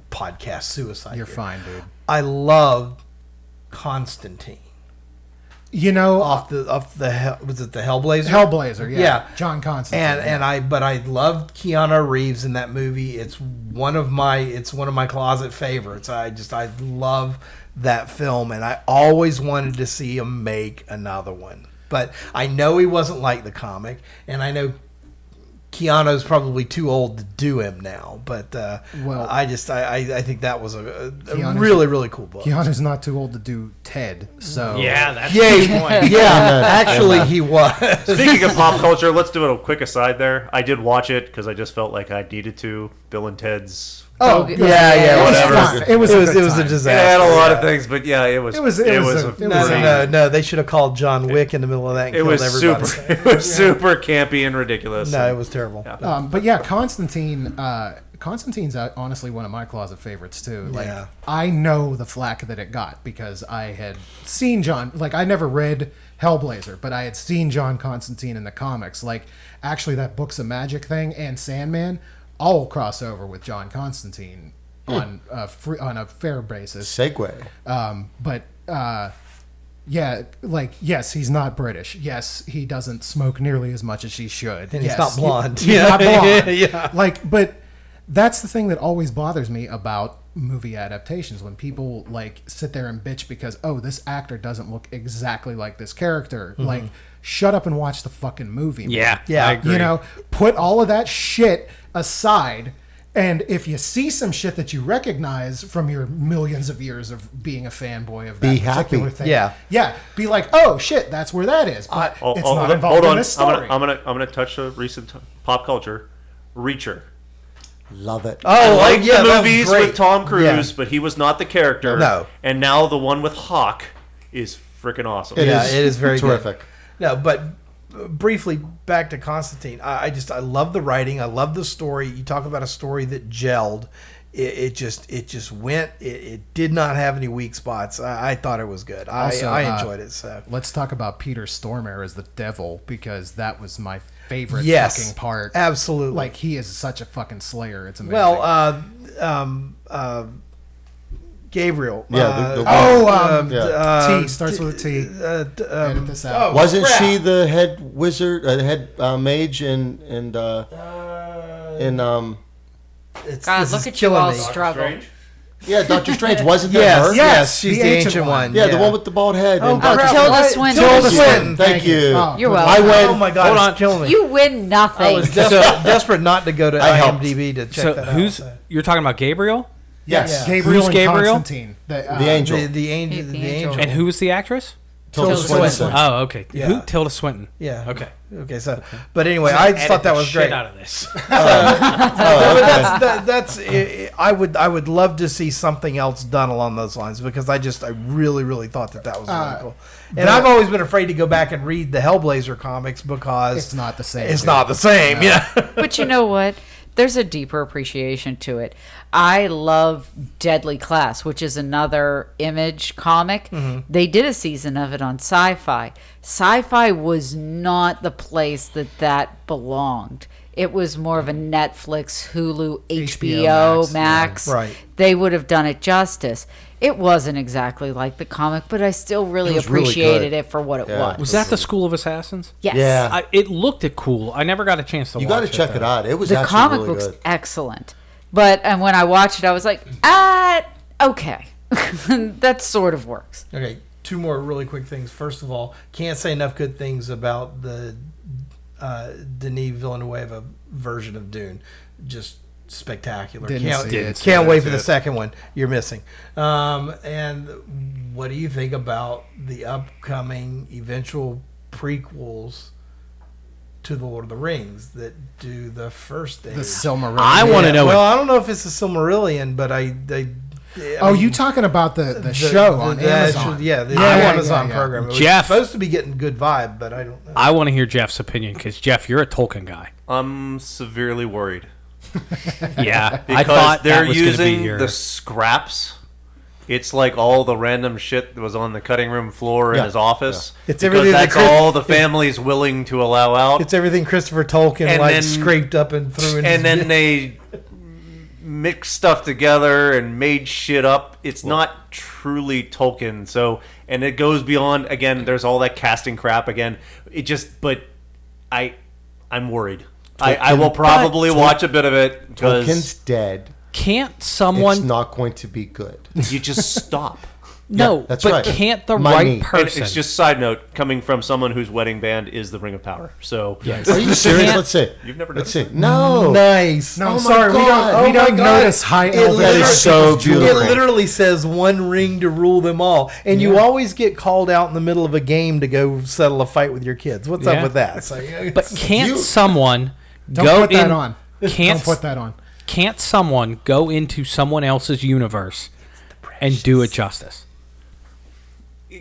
C: podcast suicide.
F: You're
C: here.
F: fine, dude.
C: I love Constantine
F: You know,
C: off the off the hell was it the Hellblazer?
F: Hellblazer. Yeah.
C: Oh. Yeah.
F: John Constantine.
C: and and I but I loved Keanu Reeves in that movie. It's one of my it's one of my closet favorites. I just I love that film and I always wanted to see him make another one. But I know he wasn't like the comic and I know Keanu's probably too old to do him now, but uh,
F: Well-
C: I just I, I, I think that was a, a- a
F: Keanu's-
C: really really cool book.
F: Keanu's not too old to do Ted, so
E: Yeah, that's
C: Yeah,
E: the point.
C: yeah. Actually, he was.
D: Speaking of pop culture, let's do a quick aside there. I did watch it because I just felt like I needed to. Bill and Ted's.
F: Oh,
A: Okay.
C: Yeah,
F: yeah, It
C: yeah,
F: was
C: whatever.
F: fun. It was a good time.
C: a disaster.
D: It had a lot of things, but yeah, it was.
F: It was- it was a- it
C: No,
F: was
D: pretty-
C: no, no, no. They should have called John Wick in the middle of that. And
D: It
C: killed
D: was
C: everybody.
D: super. It was super campy and ridiculous.
C: No, it was terrible.
F: Um, but yeah, Constantine. Uh, Constantine's uh, honestly one of my closet favorites too. Like
C: Yeah.
F: I know the flack that it got because I had seen John. Like I never read Hellblazer, but I had seen John Constantine in the comics. Like actually, that Books of Magic thing and Sandman all cross over with John Constantine on a free, on a fair basis.
B: Segway.
F: Um, but uh, yeah, like yes, he's not British. Yes, he doesn't smoke nearly as much as he should.
C: And he's
F: yes,
C: not blonde.
F: he- he's
C: Yeah.
F: not blonde.
C: Yeah.
F: Like, but that's the thing that always bothers me about movie adaptations when people like sit there and bitch because oh this actor doesn't look exactly like this character.
D: Mm-hmm.
F: Like, shut up and watch the fucking movie. man.
E: Yeah,
C: Yeah.
E: I agree.
F: You know, put all of that shit aside. And if you see some shit that you recognize from your millions of years of being a fanboy of that
B: Be
F: particular
B: happy.
F: thing,
C: Yeah.
F: yeah, be like, oh shit, that's where that is, but
D: Oh,
F: it's
D: oh, hold
F: not
D: on-
F: involved
D: hold on.
F: in this
D: I'm
F: story.
D: gonna, I'm gonna I'm gonna touch a recent t- pop culture. Reacher.
B: Love it.
D: I
C: oh,
D: like
C: yeah,
D: the
C: that was
D: movies
C: great.
D: with Tom Cruise,
C: Yeah.
D: but he was not the character.
C: No.
D: And now the one with Hawk is freaking awesome.
B: It
C: Yeah,
B: is
C: it is very good.
B: terrific.
C: No, but briefly back to Constantine. I, I just I love the writing. I love the story. You talk about a story that gelled. It, it just it just went. It, it did not have any weak spots. I, I thought it was good. I,
F: Also,
C: I
F: uh,
C: enjoyed it. So
F: Let's talk about Peter Stormare as the devil because that was my favorite
C: Yes.
F: fucking part.
C: absolutely.
F: Like he is such a fucking slayer. It's amazing.
C: well, uh, um, uh, Gabriel.
B: Yeah, the- the
C: uh,
B: one-
F: oh, um,
B: yeah.
F: T starts with a T.
C: Uh, d- um,
F: Edit this out.
B: Wasn't
C: crap.
B: she the head wizard, uh, head uh, mage, and and uh,
C: Uh,
B: and um,
C: it's,
A: God,
C: this
A: look
C: is
A: at you
C: killing
A: all
C: me.
A: struggle.
B: yeah, Doctor Strange? Wasn't that
C: Yes,
B: her?
C: yes,
F: Yes,
C: she's the, ancient, one.
B: Yeah, the one with the bald head.
C: Oh,
B: and
A: Oh,
B: Dr.
C: crap.
A: Tilda
C: Right,
A: Swinton.
C: Tilda
B: Swinton.
C: Swinton.
B: Thank you.
F: Oh,
A: You're
B: I
A: welcome.
B: went.
C: Oh my god,
E: Hold
C: it's
E: on.
C: killing me.
A: You win nothing.
C: I was desperate, desperate not to go to
B: I helped.
C: IMDb to check
E: so
C: that
E: who's
C: out. so.
E: you're talking about Gabriel
B: yes,
C: Yeah.
F: Gabriel
E: Who's
F: and
E: Gabriel?
F: Constantine. The, uh,
B: the angel,
C: The, the angel,
A: The
C: the,
A: angel.
C: angel.
E: and who was the actress?
B: Tilda
A: Tilda
B: Swinton.
A: Swinton.
E: Oh, okay.
C: Yeah.
E: Who? Tilda Swinton.
C: Yeah.
E: Okay.
C: Okay. So, but anyway, I just thought that was great.
E: out of this.
C: No, but that's that, that's. i i I would I would love to see something else done along those lines because I just I really really thought that that was
F: Uh,
C: really cool. And I've always been afraid to go back and read the Hellblazer comics because
F: It's not the same,
C: It's
F: dude.
C: not the same. Yeah.
A: but you know what? There's a deeper appreciation to it. I love Deadly Class, which is another image comic.
B: Mm-hmm.
A: They did a season of it on sci fi. Sci fi was not the place that that belonged. It was more of a Netflix, Hulu, HBO,
F: HBO Max,
A: Max.
C: yeah. Right.
A: They would have done it justice. It wasn't exactly like the comic, but I still really
B: It was really
A: appreciated
B: good.
A: it for what it
B: Yeah.
A: was.
E: Was that the School of Assassins?
A: Yes.
B: Yeah.
E: I, it looked it cool. I never got a chance to.
B: You
E: got
B: got to check it out. It was
A: The
B: actually
A: comic
B: really
A: book's
B: good.
A: excellent. But and when I watched it, I was like, ah, okay. that sort of works.
C: Okay, two more really quick things. First of all, can't say enough good things about the uh, Denis Villanueva version of Dune. Just spectacular.
F: Didn't
C: can't
F: see it. Didn't see
C: can't
F: it.
C: wait for the second one. You're missing. Um, and what do you think about the upcoming eventual prequels to the Lord of the Rings that do the first
F: The
C: age?
F: Silmarillion.
E: I want to know.
C: Well,
E: it.
C: I don't know if it's the Silmarillion, but I. I I
F: Oh,
C: mean-
F: you talking about the, the,
C: the-
F: show
C: the-
F: on
C: the actual-
F: Amazon?
C: yeah, the
F: Yeah, yeah,
C: Amazon
F: yeah, yeah.
C: program. It was
E: Jeff.
C: supposed to be getting good vibe, but I don't know.
E: I want to hear Jeff's opinion because Jeff, you're a Tolkien guy.
D: I'm severely worried.
E: Yeah, I
D: because
E: thought
D: they're
E: that was going to be
D: using
E: your.
D: the scraps. It's like all the random shit that was on the cutting room floor in
B: Yeah,
D: his office.
C: It's
D: It's
C: everything
D: because
C: that
D: that's
C: Chris-
D: all the family's willing to allow out.
C: It's everything Christopher Tolkien
D: And
C: like
D: then-
C: scraped up and threw in
D: and then they mixed stuff together and made shit up. It's not truly Tolkien. So, and it goes beyond again. There's all that casting crap again. It just, but I, I'm worried. I, I will
B: Tolkien-
D: probably watch a bit of
B: Tolkien's
D: it because
B: dead.
E: can't
B: It's
E: someone?
B: not going to be good.
D: you just stop.
E: no,
B: Yeah, that's
E: but
B: right.
E: can't the
B: My
E: right
B: knee. And
D: And
E: person?
D: it's just side note coming from someone whose wedding band is the Ring of Power. So
B: Are you serious?
E: can't-
B: Let's see.
D: You've never
B: Let's see.
D: noticed
B: No.
C: nice.
F: No,
B: Oh
F: I'm
B: my
F: sorry. We
B: God.
F: don't,
B: Oh
F: we
B: my
F: don't
B: God.
F: notice high
C: It
F: elf.
B: That is so
C: It
B: beautiful.
C: literally says one ring to rule them all, and you always get called out in the middle of a game to go settle a fight with your kids. What's up
E: Yeah.
C: with that? So, yeah,
E: but can't
B: you-
E: someone
F: Don't
E: go
F: put that
E: in-
F: on.
E: Can't
F: Don't put that on.
E: can't someone go into someone else's universe and do it justice?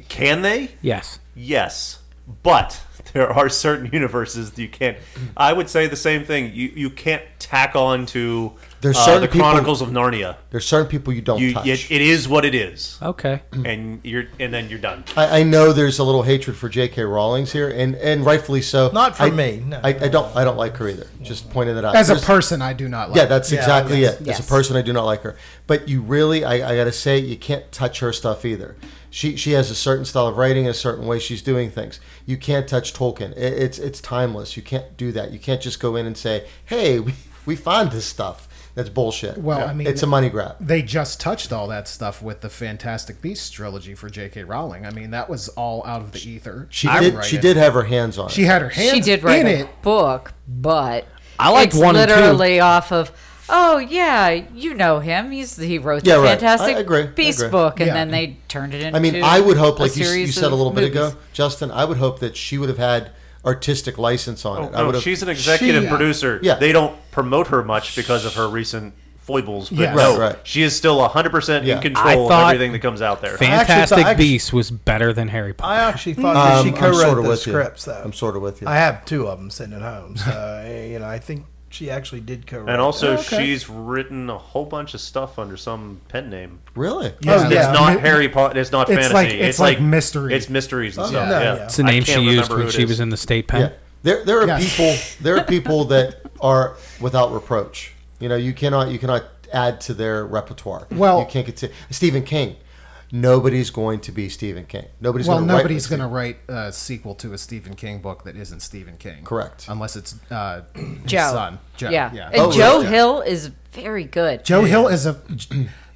D: Can they?
E: Yes.
D: Yes, but there are certain universes that you can't. I would say the same thing. You you can't tack on to
B: There's
D: uh,
B: certain
D: the
B: people-
D: Chronicles of Narnia.
B: There's certain people you don't
D: You,
B: touch.
D: it, it is what it is,
E: Okay.
D: and you're and then you're done.
B: I, I know there's a little hatred for J.K. Rowling's here, and, and rightfully so.
C: Not for
B: I-
C: me, no.
B: I, I don't. I don't like her either. Just pointing that out.
F: As a
B: There's-
F: person, I do not like.
B: Yeah, that's
C: Yeah,
B: exactly
C: yes,
B: it.
A: yes.
B: As a person, I do not like her. But you really, I, I got to say, you can't touch her stuff either. She she has a certain style of writing, a certain way she's doing things. You can't touch Tolkien. It, it's it's timeless. You can't do that. You can't just go in and say, "Hey, we, we found this stuff." That's bullshit.
F: Well, I mean-
B: it's a money grab.
F: they just touched all that stuff with the Fantastic Beasts trilogy for J.K. Rowling. I mean, that was all out of the ether.
B: She
F: I
B: did.
F: write
B: She
F: it.
B: did have her hands on.
F: She
B: it.
F: had her hands
A: she did write
F: in
A: a
F: it.
A: book, but
E: I liked
A: it's
E: one and two.
A: literally off of. Oh yeah, you know him. He's he wrote the
B: Yeah, right. I
A: Fantastic
B: agree. I
A: Beast
B: agree.
A: book, and
F: Yeah.
A: then they turned it into.
B: I mean, I would hope,
A: a
B: like you, s- you
A: series
B: said a
A: of
B: little bit ago,
A: movies.
B: Justin. I would hope that she would have had artistic license on it. I
D: Oh, No,
B: would have,
D: she's an executive
F: she-
D: producer.
B: Yeah.
D: they don't promote her much because of her recent foibles. But
F: Yes.
D: no,
B: Right, right.
D: she is still hundred percent
B: Yeah.
D: in
B: I
D: control of
E: thought
D: everything that comes out there.
B: actually
E: Fantastic
B: thought-
E: Beasts was better than Harry Potter.
C: I actually thought that she
B: Um, I'm
C: co-wrote
B: sorta
C: the
B: with you.
C: scripts, though.
B: I'm sort of with you.
C: I have two of them sitting at home, so you know I think she actually did co-write.
D: and also,
F: Okay.
D: she's written a whole bunch of stuff under some pen name.
B: really?
F: Oh, Yeah.
D: It's
C: Yeah.
D: not Harry Potter. It's not
F: It's
D: fantasy.
F: like- it's like mystery.
D: It's mysteries and
C: Oh,
D: stuff.
C: no,
D: yeah.
C: yeah.
E: it's the
D: I
E: name
D: can't
E: she used
D: remember who
E: when
D: it
E: she
D: is.
E: was in the state pen.
B: Yeah. There, there are
F: Yeah.
B: people. There are people that are without reproach. You know, you cannot. You cannot add to their repertoire.
F: Well-
B: you can't continue. Stephen King. Nobody's going to be Stephen King. Nobody's.
F: Well,
B: going to
F: nobody's going to write a sequel to a Stephen King book that isn't Stephen King.
B: Correct.
F: Unless it's uh, his
A: Joe.
F: son. Joe.
A: yeah,
F: yeah.
A: and
B: Oh,
A: Joe
B: yeah.
A: Hill is very good.
G: Joe Hill is a.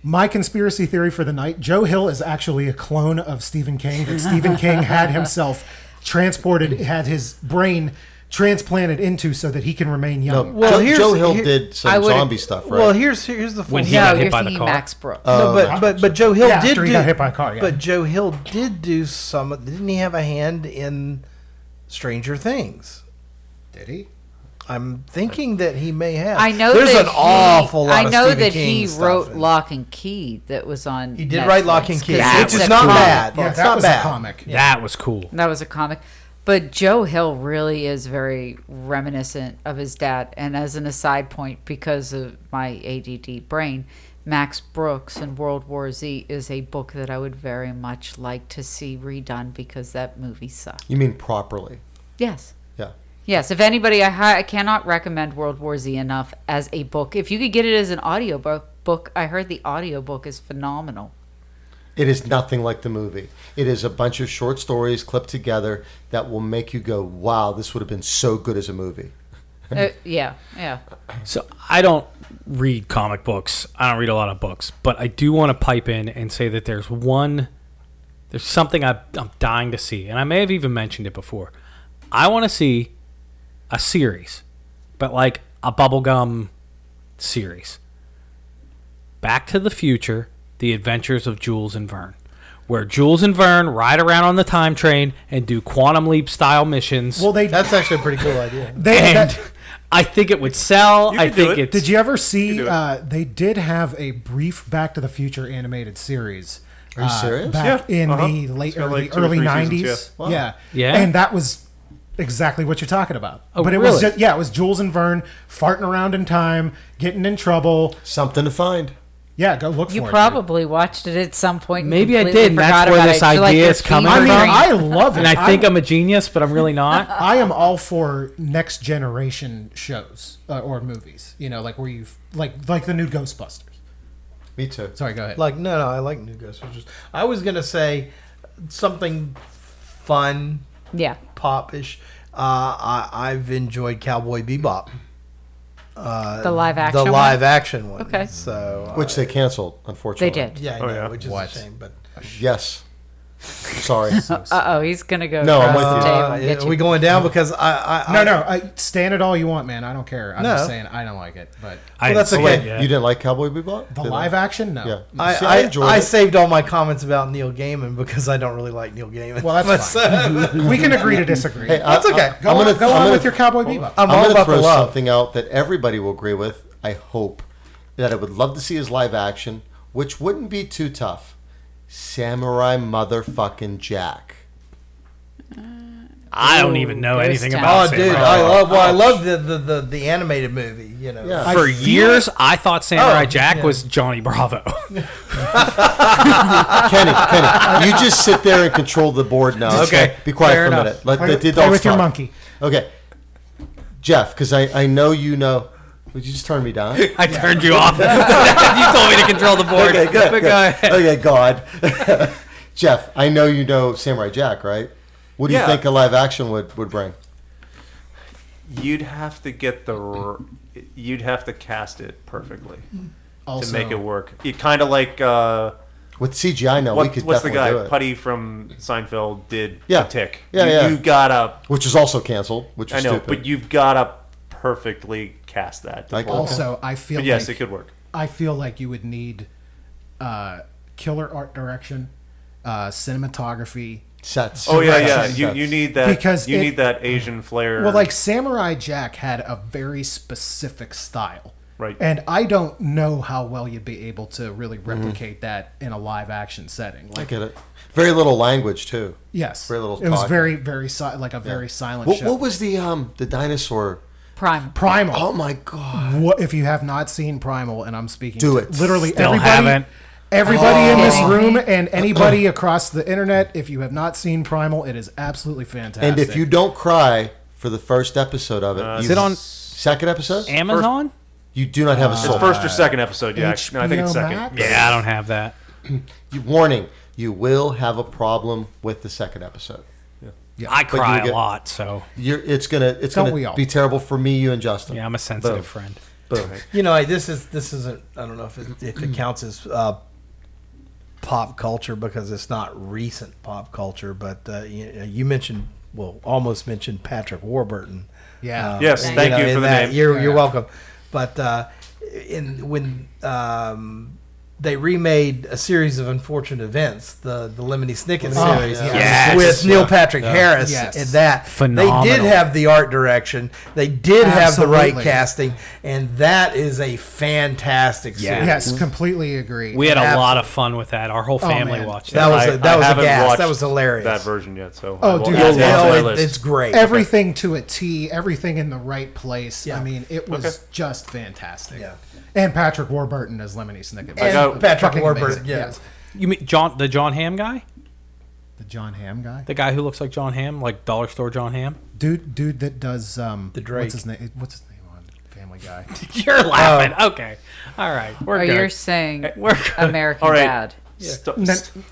G: My conspiracy theory for the night: Joe Hill is actually a clone of Stephen King. That Stephen King had himself transported, had his brain transplanted into, so that he can remain young.
B: Well, Joe,
C: here's-
B: Joe Hill
C: here-
B: did
A: I
B: some
A: would-
B: zombie stuff, right?
C: Well, here's here's the
E: When
C: full
E: he
A: no,
E: got hit
A: you're
E: by the
A: thinking
E: car.
A: Max Brooks.
C: No, but, but but Joe Hill
G: Yeah,
C: did
G: after he
C: do,
G: got hit by a car, yeah.
C: But Joe Hill did do some. Didn't he have a hand in Stranger Things?
F: Did he?
C: I'm thinking that he may have.
A: I know
C: there's
A: that
C: an
A: he,
C: awful lot.
A: I know
C: of Stephen
A: that
C: King
A: he
C: stuff
A: wrote
C: in-
A: Lock and Key that was on.
C: He did write Lock and Key, which
A: It's
C: is not bad.
F: Yeah,
C: it's
F: that
C: not
F: was
C: bad.
F: a comic.
E: That was cool.
A: That was a comic. But Joe Hill really is very reminiscent of his dad. And as an aside point, because of my ADD brain, Max Brooks and World War Z is a book that I would very much like to see redone because that movie sucked.
B: you mean properly?
A: Yes.
B: Yeah.
A: Yes, if anybody, I, hi- I cannot recommend World War Z enough as a book. If you could get it as an audiobook, book, I heard the audiobook is phenomenal.
B: It is nothing like the movie. It is a bunch of short stories clipped together that will make you go, "Wow, this would have been so good as a movie."
A: Uh, yeah, yeah.
E: So I don't read comic books. I don't read a lot of books, but I do want to pipe in and say that there's one, there's something I, I'm dying to see, and I may have even mentioned it before. I want to see a series, but like a bubblegum series. Back to the Future: The Adventures of Jules and Vern, where Jules and Vern ride around on the time train and do quantum leap style missions.
F: Well, they
B: That's actually a pretty cool idea.
F: they
E: and
F: that-
E: I think it would sell.
D: You
E: I
D: can do
E: think
D: it.
E: it's.
F: did you ever see?
D: do it.
F: uh, they did have a brief Back to the Future animated series. uh,
B: Are you serious?
F: Back
D: Yeah.
F: in
D: Uh-huh.
F: the
D: It's
F: late
D: got
F: early,
D: like two or
F: early
D: three seasons,
F: 90s.
B: yeah. Wow.
F: Yeah.
E: Yeah.
F: And that was exactly what you're talking about.
E: Oh,
F: but it was
E: really?
F: just, yeah, it was Jules and Vern farting around in time, getting in trouble.
B: Something to find.
F: Yeah, go look
A: You
F: for it. dude.
A: probably watched it at some point. and
E: Maybe I
A: completely
E: did, and that's
A: forgot
E: where
A: about
E: this
A: it. You're like,
E: idea
A: your
E: is coming
F: I
A: feet
F: mean,
A: are
F: I
A: green.
F: love it.
E: and I think
F: I'm,
E: I'm a genius, but I'm really not.
F: I am all for next generation shows uh, or movies, you know, like where you've like like the new Ghostbusters.
B: Me too.
F: Sorry, go ahead.
C: Like no, no, I like New Ghostbusters. I was gonna say something fun,
A: yeah.
C: popish. Uh, I, I've enjoyed Cowboy Bebop, uh,
A: The live action
C: the
A: one?
C: live action one.
A: Okay.
C: so uh,
B: Which they canceled,
A: They
B: unfortunately.
A: did.
C: yeah, I
D: Oh,
C: know,
D: yeah.
C: which is
H: What?
C: a shame. But
B: Yes. Sorry.
A: Uh oh, he's gonna go.
B: No,
A: across
B: I'm with
A: the
B: you.
A: table
C: uh,
A: and get
C: are
A: you.
C: we going down because I, I
F: no,
C: I,
F: no, I, stand it all you want, man. I don't care. I'm
C: No.
F: just saying I don't like it, but
E: I
C: that's
E: saw
C: okay.
E: it
B: You
E: yet.
B: didn't like Cowboy Bebop?
F: the
B: Did I?
F: live action, no.
B: Yeah.
C: I,
B: See,
C: I,
B: enjoyed
C: I
B: it.
C: saved all my comments about Neil Gaiman because I don't really like Neil Gaiman.
F: Well, that's fine. we can agree to disagree.
B: Hey, I-
C: That's okay.
B: I-
F: go
B: I'm
F: on,
B: gonna-
F: go
B: I'm
F: on
B: gonna-
F: with your Cowboy Bebop.
B: I'm,
C: I'm all
B: going to
C: about the
B: throw
C: love.
B: something out that everybody will agree with. I hope that I would love to see his live action, which wouldn't be too tough. Samurai motherfucking Jack.
E: I don't even know
A: Ooh,
E: anything
A: Ghost
E: about
C: Oh,
A: Town.
E: Samurai.
C: dude, I love. Well, I love the, the, the, the animated movie. You know,
B: Yeah.
E: For
F: I feel-
E: years, I thought Samurai
C: Oh,
E: Jack
C: yeah.
E: was Johnny Bravo.
B: Kenny, Kenny, you just sit there and control the board now.
E: Okay.
B: Be quiet
E: Fair
B: for
E: enough.
B: a minute. Let
F: Play
B: the
F: with-
B: the adults
F: play with your
B: talk.
F: monkey.
B: Okay. Jeff, because I, I know you know. Would you just turn me down?
E: I turned you off. you told me to control the board.
B: Okay, good.
E: But
B: good.
E: go ahead.
B: Okay, God. Jeff, I know you know Samurai Jack, right? What do
D: Yeah.
B: you think a live action would, would bring?
D: You'd have to get the. r- You'd have to cast it perfectly
F: Also,
D: to make it work. It kind of like uh,
B: With CGI now, we
D: what,
B: could
D: what's the
B: definitely do
D: guy
B: it.
D: Putty from Seinfeld did.
B: Yeah.
D: The tick.
B: Yeah,
D: you,
B: yeah.
D: You gotta.
B: Which is also canceled, which
D: I
B: is
D: know,
B: stupid.
D: but you've gotta perfectly cast that. to
B: Like-
D: pull it off.
F: also, I feel
D: But yes,
F: like
D: it could work.
F: I feel like you would need uh, killer art direction, uh, cinematography.
B: Sets.
D: Oh yeah,
B: Sets.
D: yeah. You,
B: Sets.
D: you need that
F: Because
D: you
F: it-
D: need that Asian flair.
F: Well, like Samurai Jack had a very specific style.
D: Right.
F: And I don't know how well you'd be able to really replicate that in a live action setting.
B: I
F: Like,
B: get it. Very little language too.
F: yes,
B: Very little
F: It was
B: talk.
F: very, very si- like a very silent
B: What,
F: show.
B: what was the um the dinosaur?
A: Prime.
F: Primal?
B: Oh my god!
F: What if you have not seen Primal? And I'm speaking
B: Do
F: to
B: it.
F: Literally
E: Still
F: everybody,
E: haven't.
F: everybody in this
A: Oh.
F: room and anybody across the internet. If you have not seen Primal, it is absolutely fantastic.
B: And if you don't cry for the first episode of it,
D: Uh,
B: you-
E: Is it on
B: second episode?
E: Amazon?
B: you do not have a soul.
D: it's first or second episode, yeah.
F: HBO
D: No, I think it's second.
F: Max?
E: Yeah, I don't have that.
B: You- warning: you will have a problem with the second episode.
E: I
B: you
E: cry
B: get-
E: a lot, so
B: You're, it's gonna it's
F: Don't we
B: gonna
F: all?
B: be terrible for me, you, and Justin.
E: yeah, I'm a sensitive
B: Boom.
E: friend.
B: Boom.
C: you know, I, this is this isn't. I don't know if it,
F: Mm.
C: if it counts as uh, pop culture because it's not recent pop culture. But uh, you, you mentioned, well, almost mentioned Patrick Warburton. Um,
F: Yeah.
D: Yes, thank you
C: in
D: for the
C: that.
D: name.
C: You're, you're welcome. But uh, in when um, they remade a series of unfortunate events, the the Lemony Snicket
F: Oh,
C: series,
F: yeah.
E: Yes.
C: with Neil Patrick Harris,
F: Yes.
C: and that they did
E: Phenomenal.
C: have the art direction, they did have the right
F: Absolutely.
C: casting, and that is a fantastic
E: Yeah.
C: series.
F: yes, completely agree.
E: We had a
C: Absolutely.
E: lot of fun with that. Our whole family
F: man.
E: watched
C: That
E: it.
C: was
D: I-
C: a, that
D: I
C: was a
D: haven't
C: gas.
D: watched
C: That was hilarious.
D: that version yet. So
F: Oh,
D: I will
F: dude,
D: add
F: you'll
D: that to
F: love
D: my
C: Oh, it-
D: list.
C: it's great.
F: everything to a T, everything in the right place.
C: Yeah.
F: I mean, it was
D: Okay.
F: just fantastic.
C: Yeah.
F: And Patrick Warburton as Lemony Snicket.
C: And
D: got-
C: Patrick
F: Fucking
C: Warburton,
F: amazing,
C: yeah.
F: yes.
E: You mean John, the John Ham guy,
F: The John Hamm guy.
E: the guy who looks like John Ham, like dollar store John Ham?
F: Dude dude that does um the
C: Drake.
F: what's his name what's his name on Family Guy?
E: You're laughing. okay, all right, we're
A: Oh,
E: good.
A: you're saying
E: We're good.
A: American
D: All right.
A: Dad.
D: Stu-
G: No,
D: st-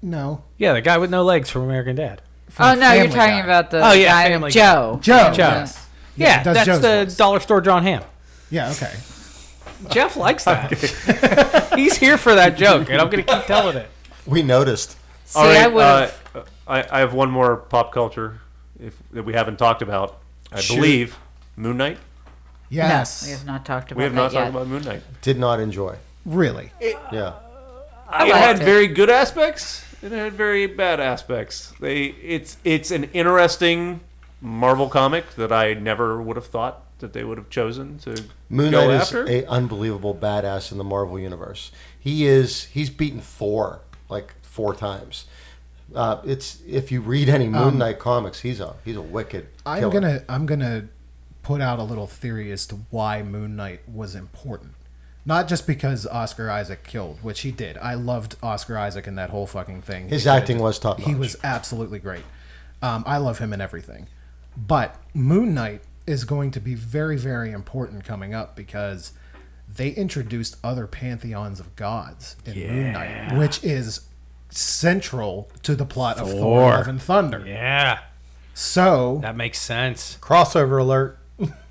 G: no.
E: Yeah, the guy with no legs from American Dad.
A: Oh no, you're
E: Family
A: talking
E: Guy.
A: about the
E: Oh, yeah,
A: guy-
E: Family Guy.
A: Joe.
G: Joe.
E: Joe.
G: Yes.
E: Yeah,
G: Yeah, that's
E: that's
G: Joe's
E: the
G: voice.
E: dollar store John Hamm.
G: Yeah. Okay.
E: Jeff likes that. He's here for that joke, and I'm gonna keep telling it.
B: We noticed.
A: See, I would have.
D: uh, I, I have one more pop culture if, that we haven't talked about. I believe Moon Knight.
G: Yes.
A: no, we have not talked about.
D: We have
A: that
D: not
A: yet.
D: talked about Moon Knight.
B: Did not enjoy.
G: Really.
B: Yeah.
A: I
D: it
A: liked
D: had
A: it.
D: very good aspects and it had very bad aspects. They it's it's an interesting Marvel comic that I never would have thought that they would have chosen to
B: Moon
D: go
B: Knight is
D: after.
B: a unbelievable badass in the Marvel universe. He is he's beaten Thor like four times. Uh, it's if you read any Moon Knight comics, he's a he's a wicked.
F: Um, I'm
B: killer.
F: gonna I'm gonna put out a little theory as to why Moon Knight was important. Not just because Oscar Isaac killed, which he did. I loved Oscar Isaac and that whole fucking thing.
B: His
F: He did-
B: acting was top-notch.
F: He was absolutely great. Um, I love him in everything, but Moon Knight is going to be very very important coming up because they introduced other pantheons of gods in Moon Knight, which is central to the plot of Thor:
E: Thor.
F: Love and Thunder.
E: Yeah,
F: So
E: that makes sense.
C: Crossover alert.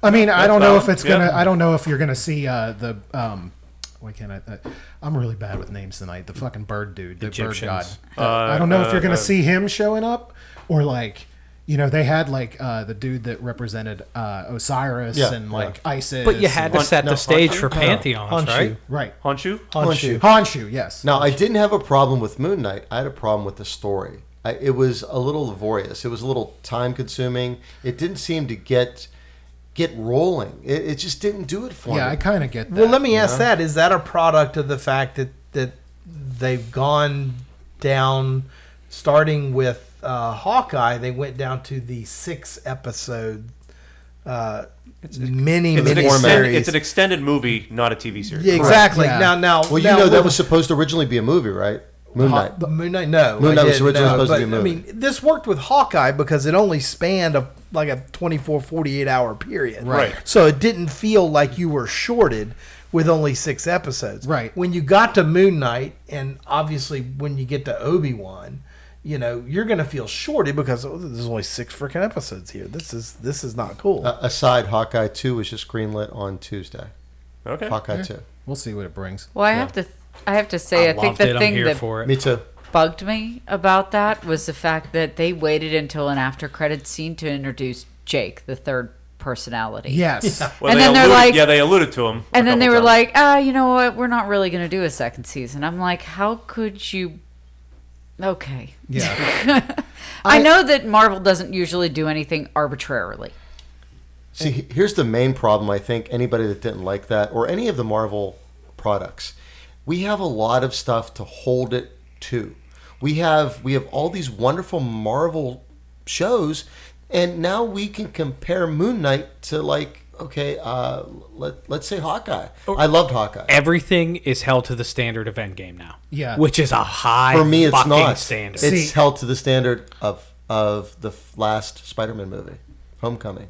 F: I mean, I don't know if it's
D: Yeah.
F: gonna. I don't know if you're gonna see uh, the. Um, why can't I? Uh, I'm really bad with names tonight. The fucking bird dude, the bird
E: Egyptians.
F: god. I don't know if you're gonna see him showing up or like. You know, they had like uh, the dude that represented uh, Osiris
B: Yeah,
F: and
B: yeah.
F: like Isis.
E: But you had to
F: and-
E: set
D: no,
E: the stage
D: Honshu?
E: for pantheons,
C: Honshu.
E: right?
F: right.
D: Honshu?
C: Honshu.
F: Honshu, yes.
B: Now, I didn't have a problem with Moon Knight. I had a problem with the story. I, it was a little laborious. It was a little time consuming. It didn't seem to get get rolling. It, it just didn't do it for
F: yeah,
B: me.
F: I kind of get that.
C: Well, let me ask that: Is that a product of the fact that that they've gone down, starting with uh, Hawkeye, they went down to the six episode uh, mini
D: It's an,
C: mini
D: extend,
C: series.
D: it's an extended movie, not a TV series.
C: Yeah, exactly.
F: Yeah.
C: Now, now,
B: well, you
C: now
B: know that
C: with-
B: was supposed to originally be a movie, right? Moon Knight.
C: Haw- Moon Knight, no.
B: Moon
C: I
B: Knight was
C: didn't,
B: originally
C: no,
B: supposed to
C: but,
B: be a movie.
C: I mean, this worked with Hawkeye because it only spanned a like a 24, 48 hour period.
D: Right.
C: So it didn't feel like you were shorted with only six episodes.
F: Right.
C: When you got to Moon Knight, and obviously when you get to Obi Wan, you know you're going to feel shorted because oh, there's only six freaking episodes here. This is this is not cool.
B: Uh, aside, Hawkeye Two was just greenlit on Tuesday.
D: Okay.
B: Hawkeye Two.
F: We'll see what it brings.
A: Well, I have to. I have to say, I, think
E: Loved
A: the
E: it. I'm
A: thing
E: here
A: that
E: for it.
B: Me too.
A: bugged me about that was the fact that they waited until an after credit scene to introduce Jake, the third personality.
F: Yes.
D: Well,
A: And
D: they
A: then they're
D: alluded-
A: like-
D: yeah, they alluded to him. a
A: And then they
D: couple
A: were
D: times.
A: like, ah, you know what? We're not really going to do a second season. I'm like, how could you? Okay.
F: Yeah.
A: I, know that Marvel doesn't usually do anything arbitrarily.
B: See, he- here's the main problem I think anybody that didn't like that or any of the Marvel products. We have a lot of stuff to hold it to. We have we have all these wonderful Marvel shows and now we can compare Moon Knight to like okay, uh let, let's say Hawkeye. I loved Hawkeye.
E: Everything is held to the standard of Endgame now.
F: Yeah.
E: which is a high
B: For me it's
E: fucking
B: not.
E: standard.
B: It's
F: See-
B: held to the standard of of the f- last Spider-Man movie, Homecoming.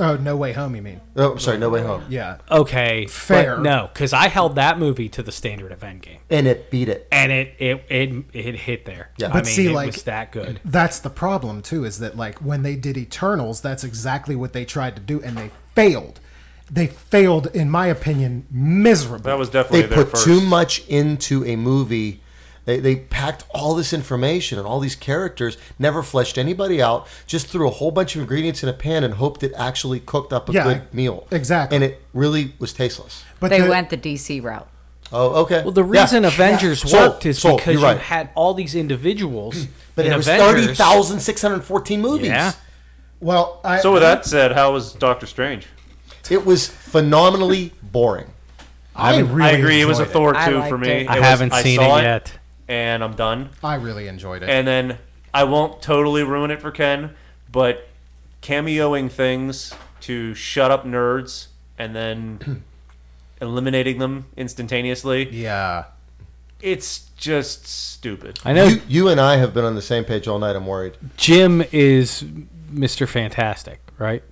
F: oh, No Way Home, you mean?
B: Oh, I'm sorry, No Way Home.
F: Yeah.
E: okay,
F: Fair.
E: fair. no, because I held that movie to the standard of Endgame,
B: And it beat it.
E: and it it it, it hit there.
B: Yeah.
E: I
B: But
E: mean,
F: see,
E: it
F: like-
E: was that good.
F: that's the problem too is that like when they did eternals that's exactly what they tried to do and they failed they failed in my opinion miserably
D: that was definitely
B: they
D: their
B: put
D: first.
B: too much into a movie. They, they packed all this information and all these characters, never fleshed anybody out, just threw a whole bunch of ingredients in a pan and hoped it actually cooked up a
F: Yeah,
B: good meal.
F: exactly.
B: And it really was tasteless.
F: but
A: They
F: the-
A: went the DC route.
B: Oh, okay.
E: Well, the
B: Yeah.
E: reason Avengers
B: Sold,
E: worked is
B: sold,
E: because
B: you're
E: you
B: right. Mm.
E: had all these individuals.
B: But
E: in
B: it was
E: Avengers.
B: 30,614 movies.
E: Yeah.
F: well I,
D: so with that said, how was Doctor Strange?
B: It was phenomenally boring.
F: i really
D: I agree. It was a
F: enjoyed
D: Thor
A: I
D: two
A: liked
D: for me.
A: it.
D: It
E: I
D: was-
E: haven't seen
D: saw
E: it yet.
D: and I'm done.
F: i really enjoyed it
D: And then I won't totally ruin it for Ken, but cameoing things to shut up nerds and then eliminating them instantaneously.
F: yeah
D: It's just stupid.
E: I know
B: You, you and I have been on the same page all night. I'm worried.
E: Jim is Mr. Fantastic, right?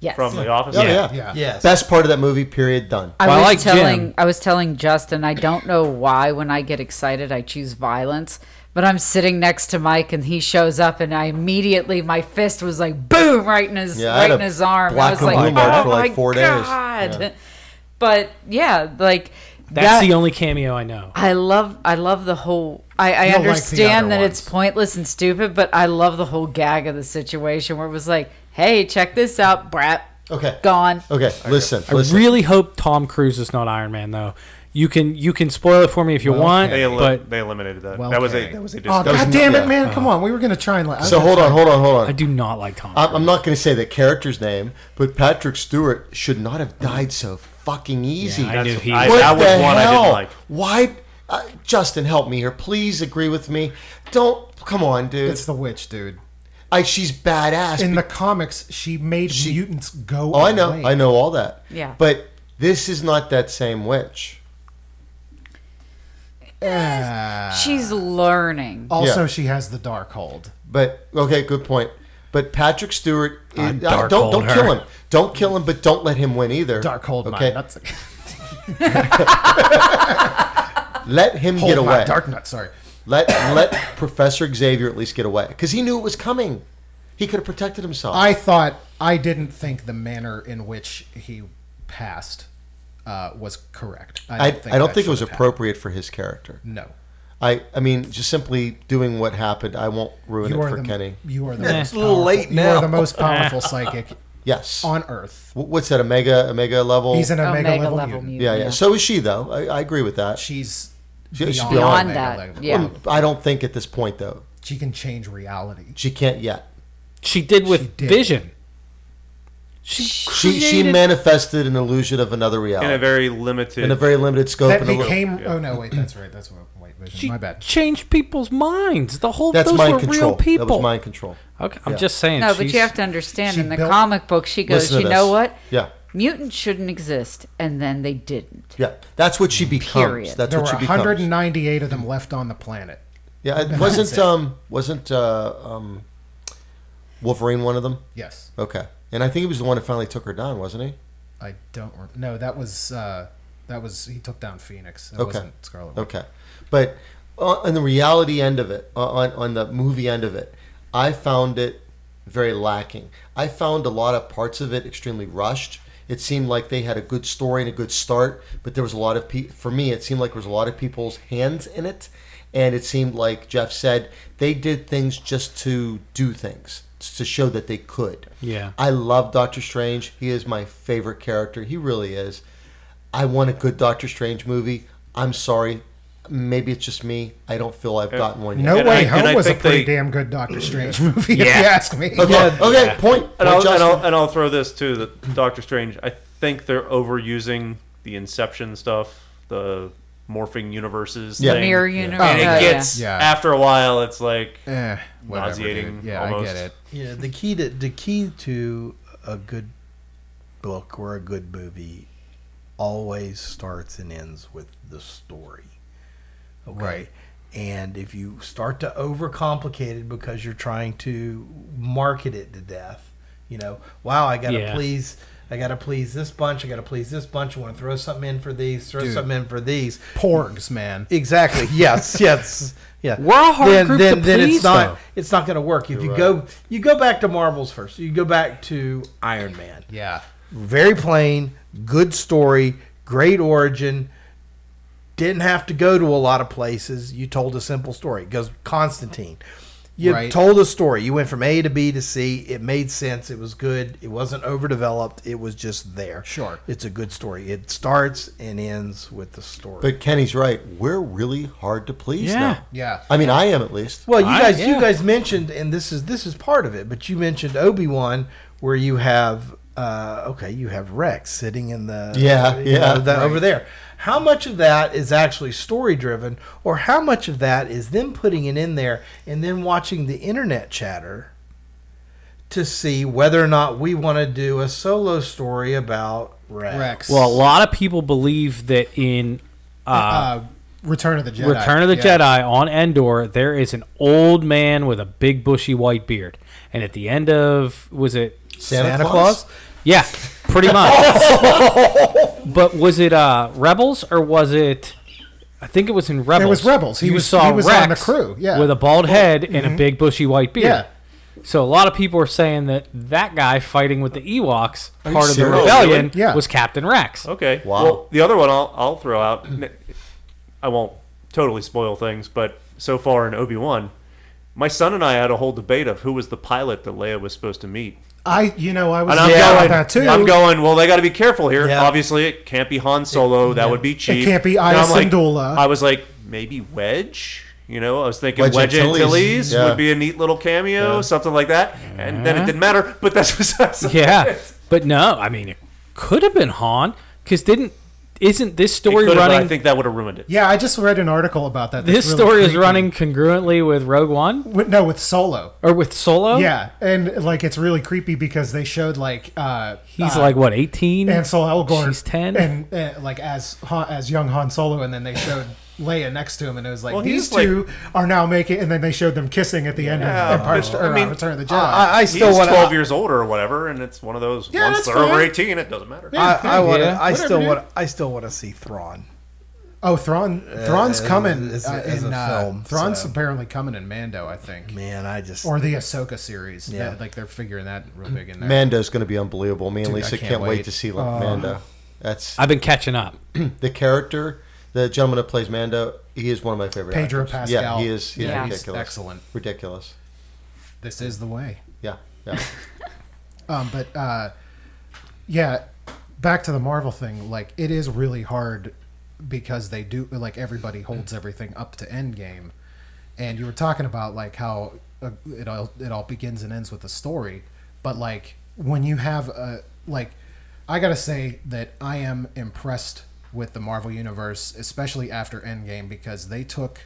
A: Yes.
D: from The Office.
B: Yeah,
E: Yeah.
B: Oh, yeah,
G: Yeah.
C: Yes.
B: Best part of that movie. Period. Done.
A: I
E: Well, I
A: was
E: like
A: telling
E: Jim.
A: I was telling Justin I don't know why when I get excited I choose violence, but I'm sitting next to Mike and he shows up and I immediately my fist was like boom right in his
B: Yeah, I had
A: right
B: a
A: in his arm.
B: black
A: I was
B: and
A: like,
B: blue mark
A: oh
B: for, like,
A: my
B: four days."
A: god.
B: Yeah.
A: But yeah, like
E: That's
A: that-
E: the only cameo I know.
A: I love I love the whole I, I
F: You'll like the
A: understand
F: other
A: that it's
F: ones.
A: pointless and stupid, but I love the whole gag of the situation where it was like, Hey, check this out, brat.
B: Okay.
A: Gone.
B: Okay. Listen.
E: I
B: listen.
E: really hope Tom Cruise is not Iron Man though. You can you can spoil it for me if you want,
D: They, elim-
E: but
D: they eliminated that.
F: Well,
D: that was
F: okay.
D: a that was a
G: Oh,
D: discussion.
B: was-
G: God damn
B: yeah.
G: it, man. Come on. We were going to try and let.
B: so hold on, hold on, hold on.
E: I do not like Tom.
B: I'm, I'm not going to say the character's name, but Patrick Stewart should not have died so fucking easy.
E: I knew he.
D: I-
B: What
D: that was
B: the
D: one I didn't
B: hell?
D: like.
B: Why, uh, Justin? Help me here, please. Agree with me. Don't come on, dude.
F: It's the witch, dude.
B: I, she's badass.
G: In the comics, she made
B: She-
G: mutants go.
B: oh, I know,
G: away.
B: I know all that.
A: Yeah.
B: But this is not that same witch.
F: Yeah.
A: She's learning.
F: Also,
B: Yeah.
F: she has the dark hold.
B: But okay, good point. But Patrick Stewart,
E: I'd
B: uh,
E: dark
B: don't don't
E: hold
B: kill
E: her.
B: him. Don't kill him, but don't let him win either.
F: Dark hold
B: Okay,
F: my nuts.
B: let him
F: Hold
B: get
F: my
B: away.
F: dark nuts. Sorry.
B: Let let Professor Xavier at least get away because he knew it was coming. He could have protected himself.
F: I thought I didn't think the manner in which he passed uh, was correct.
B: I, I don't think,
F: that
B: it was
F: should have
B: appropriate for his character.
F: happened. No,
B: I I mean, just simply doing what happened. I won't ruin it for
F: the,
B: Kenny.
F: You are the
E: Eh.
F: most
C: a little
F: powerful-
C: late
F: you
C: now.
F: are the most powerful psychic
B: Yes.
F: on Earth.
B: Wh- What's that? A mega a mega level.
G: He's an omega,
A: Omega,
G: level,
A: level
G: mutant.
A: mutant.
B: yeah, yeah, So is she though? I, I agree with that.
F: She's
B: She- she's
F: beyond,
B: beyond
F: omega
A: that,
F: level.
A: yeah.
B: Um, I don't think at this point though
F: She can change reality.
B: she can't yet.
E: she did with
F: She did.
E: Vision. She
B: She she
E: created-
B: manifested an illusion of another reality
D: in a very limited.
B: in a very limited scope.
G: That
B: and a little-
G: became.
F: Oh no, wait, that's right. That's what White Vision.
E: she
F: my bad.
E: changed people's minds. The whole
B: that's
E: those
B: mind
E: were real
B: control.
E: people.
B: That was mind control.
E: Okay, I'm just saying.
A: No, but you
E: she's-
A: have to understand
G: she
A: in the
G: built-
A: comic book, she goes,
B: Listen to
A: you know
B: this.
A: what?
B: Yeah.
A: Mutants shouldn't exist. And then they didn't.
B: Yeah, that's what she becomes.
A: Period.
B: That's
F: There were
B: what she becomes.
F: 198 of them left on the planet.
B: Yeah, it wasn't um wasn't uh, um Wolverine one of them?
F: Yes,
B: Okay. And I think he was the one that finally took her down, wasn't he?
F: I don't. Re- no, that was uh, that was he took down Phoenix. That
B: Okay.
F: wasn't Scarlet. Witch.
B: Okay. But uh, on the reality end of it, uh, on on the movie end of it, I found it very lacking. I found a lot of parts of it extremely rushed. It seemed like they had a good story and a good start, but there was a lot of pe- for me it seemed like there was a lot of people's hands in it, and it seemed like Jeff said they did things just to do things to show that they could.
E: Yeah.
B: I love Doctor Strange. He is my favorite character. He really is. I want a good Doctor Strange movie. I'm sorry. Maybe it's just me. I don't feel I've gotten one yet.
G: No
D: And I-
G: way.
D: and I
G: Home was a
D: think
G: pretty
D: they-
G: damn good Doctor Strange movie, if you ask me.
B: Okay. okay. Point.
D: And
B: point
D: I'll, and,
B: Justin.
D: I'll, and I'll throw this too. That Doctor Strange. I think they're overusing the Inception stuff, the morphing universes.
B: Yeah.
D: thing.
A: Mirror universe.
D: And
A: Oh, yeah.
D: it gets
F: Yeah.
D: after a while. It's like
F: Eh, whatever,
D: Nauseating,
F: dude. Yeah, I
D: almost.
F: get it.
C: Yeah, the key to the key to a good book or a good movie always starts and ends with the story. Okay?
F: Right.
C: And if you start to overcomplicate it because you're trying to market it to death, you know, wow, I gotta
E: Yeah.
C: please I gotta please this bunch, I gotta please this bunch, I wanna throw something in for these, throw
F: Dude.
C: something in for these.
F: Porgs, man.
C: Exactly. Yes. Yes. Yeah.
E: We're a hard
C: then,
E: group
C: then,
E: to
C: then
E: please,
C: it's not
E: though.
C: it's not going to work. If you go you go back to Marvels first. You go back to Iron Man.
F: Yeah.
C: Very plain, good story, great origin. Didn't have to go to a lot of places. You told a simple story. It goes Constantine. You
F: Right.
C: told a story. You went from A to B to C. It made sense. It was good. It wasn't overdeveloped. It was just there.
F: Sure.
C: It's a good story. It starts and ends with the story.
B: But Kenny's right. We're really hard to please
E: Yeah.
B: now.
F: Yeah.
B: I mean, I am at least.
C: Well, you
E: I-
C: guys,
E: yeah.
C: you guys mentioned, and this is this is part of it, but you mentioned Obi Wan, where you have uh, okay, you have Rex sitting in the
B: Yeah,
C: you
B: yeah,
C: know, the- over there. How much of that is actually story driven, or how much of that is them putting it in there and then watching the internet chatter to see whether or not we want to do a solo story about Rex?
F: Rex.
E: Well, a lot of people believe that in uh,
F: uh, Return of the Jedi.
E: Return of the
F: Yeah.
E: Jedi on Endor, there is an old man with a big bushy white beard, and at the end of was it
B: Santa Claus?
E: Yeah, pretty much. but was it uh, Rebels or was it? I think it was in Rebels.
F: was Rebels. He
E: you
F: was-
E: saw
F: he was
E: Rex
F: on the crew, yeah. mm-hmm.
E: with a bald head and a big bushy white beard.
F: Yeah.
E: So a lot of people are saying that that guy fighting with the Ewoks,
B: you
E: part of the
B: serious?
E: rebellion,
F: Oh, really?
E: was Captain Rex.
D: Okay.
B: Wow.
D: Well, the other one I'll, I'll throw out. I won't totally spoil things, but so far in Obi Wan, my son and I had a whole debate of who was the pilot that Leia was supposed to meet.
F: I, you know, I was
D: And I'm
F: thinking
D: going.
F: about that too.
D: I'm going. Well, they got to be careful here.
C: Yeah.
D: Obviously, it can't be Han Solo. that would be cheap.
F: can't be
D: And I'm
F: Ayes
D: like-
F: Syndulla.
D: I was like, maybe Wedge. You know, I was thinking
B: Wedge
D: Wedge, Antilles,
B: Antilles, yeah.
D: would be a neat little cameo, something like that. And then it didn't matter. But that's besides. the
E: Yeah,
D: point.
E: but no, I mean it could have been Han because didn't isn't this
D: It
E: story
D: could've, but I
E: running?
D: think that would have ruined it.
F: yeah, I just read an article about that. that's
E: this
F: really
E: story is
F: creepy.
E: running congruently with Rogue One
F: With- no with Solo.
E: or with Solo.
F: Yeah, and like it's really creepy because they showed like uh
E: he's
F: uh,
E: like what eighteen.
F: Ansel Elgort.
E: she's 10?
F: and uh, like as Han, as young Han Solo, and then they showed Leia next to him, and it was like
D: Well,
F: these
D: he's, like-
F: two are now making, and then they showed them kissing at the end of Empire,
D: but,
F: or,
D: I mean,
F: uh, Return of the Jedi.
B: I, I still
D: He's
B: want
D: 12 years older or whatever, and it's one of those
F: Yeah,
D: once
F: that's
D: they're over
F: fine.
D: 18, it doesn't matter.
F: Yeah.
C: I, I want.
E: Yeah.
C: I
F: Whatever,
C: still
F: dude.
C: want. I still want to see Thrawn.
F: oh, Thrawn, Thrawn's
C: as-
F: coming
C: as a-
F: uh,
C: as a
F: in uh,
C: film,
F: Thrawn's
C: so.
F: apparently coming in Mando, I think,
C: Man, I just.
F: or the Ahsoka series. Yeah,
C: Yeah.
F: like they're figuring that real big in there.
B: Mando's going to be unbelievable. Me and
F: Dude, I
B: Lisa can't,
F: can't
B: wait.
F: wait.
B: to see like,
D: Uh,
B: Mando. That's
E: I've been catching up.
B: the character, the gentleman that plays Mando. He is one of my favorite.
F: Pedro
B: actors.
F: Pascal.
B: Yeah, he is. He's
A: Yeah. He's
B: ridiculous.
F: excellent.
B: Ridiculous.
F: This is the way.
B: Yeah. Yeah.
F: Um, but uh, yeah, back to the Marvel thing. Like it is really hard because they do like everybody holds everything up to Endgame, and you were talking about like how uh, it all it all begins and ends with a story, but like when you have a like, I gotta say that I am impressed with the Marvel universe, especially after Endgame, because they took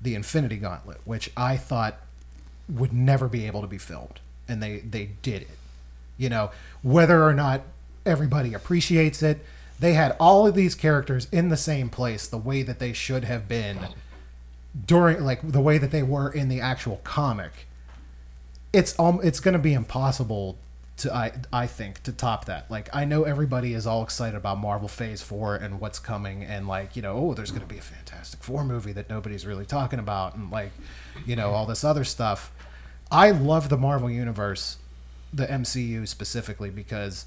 F: the Infinity Gauntlet, which I thought would never be able to be filmed, and they they did it you know whether or not everybody appreciates it they had all of these characters in the same place the way that they should have been during like the way that they were in the actual comic it's um it's going to be impossible to I I think to top that. Like I know everybody is all excited about Marvel Phase 4 and what's coming and like, you know, oh, there's going to be a Fantastic 4 movie that nobody's really talking about and like, you know, all this other stuff. I love the Marvel universe, the MCU specifically because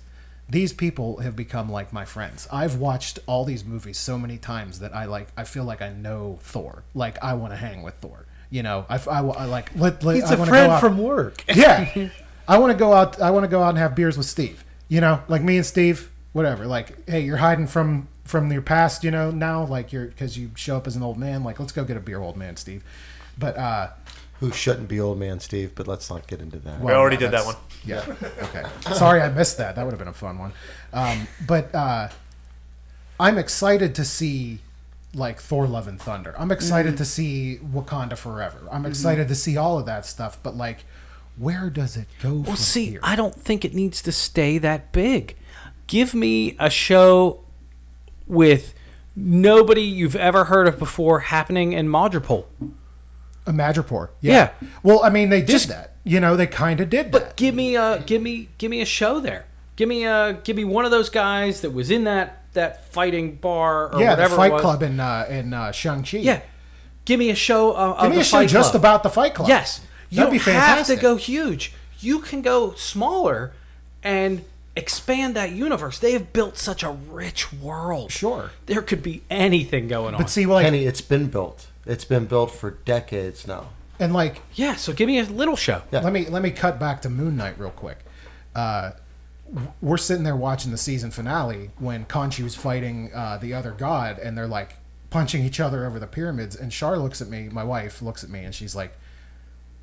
F: these people have become like my friends. I've watched all these movies so many times that I like I feel like I know Thor. Like I want to hang with Thor. You know, I, I, I like let, let
C: He's
F: I
C: a
F: wanna go
C: friend
F: out-
C: from work.
F: yeah. I want to go out. I want to go out and have beers with Steve. You know, like me and Steve, whatever. Like, hey, you're hiding from from your past. You know, now like you're because you show up as an old man. Like, let's go get a beer, old man, Steve. But uh,
B: Who shouldn't be old man Steve? But let's not get into that.
D: We already did
F: that's-
D: that one.
F: Yeah. Okay. Sorry, I missed that. That would have been a fun one. Um, but uh, I'm excited to see like Thor: Love and Thunder. I'm excited
E: Mm-hmm.
F: to see Wakanda Forever. I'm excited to see all of that stuff. But like, where does it go?
E: Well,
F: from
E: see,
F: here?
E: I don't think it needs to stay that big. Give me a show with nobody you've ever heard of before happening in Madripoor.
F: A Madripoor.
E: Yeah.
F: Yeah. Well, I mean, they did that. You know, they kind of did
E: But
F: that.
E: give me a give me give me a show there. Give me a give me one of those guys that was in that that fighting bar or
F: Yeah, the
E: whatever it
F: Fight
E: was.
F: Club in uh, in uh, Shang Chi.
E: Yeah, give me a show. Uh,
F: Give
E: of
F: me
E: the
F: a show
E: Fight
F: just
E: Club.
F: about the Fight Club.
E: Yes, you
F: That'd
E: don't
F: be
E: have
F: fantastic.
E: to go huge. You can go smaller and expand that universe. They have built such a rich world.
F: Sure.
E: there could be anything going on.
F: But see, like,
B: Kenny, it's been built. It's been built for decades now.
F: and like,
E: yeah, so give me a little show.
B: Yeah.
F: let me let me cut back to Moon Knight real quick. Uh, w- we're sitting there watching the season finale when Conchi was fighting uh, the other god, and they're like punching each other over the pyramids. And Char looks at me, my wife looks at me, and she's like,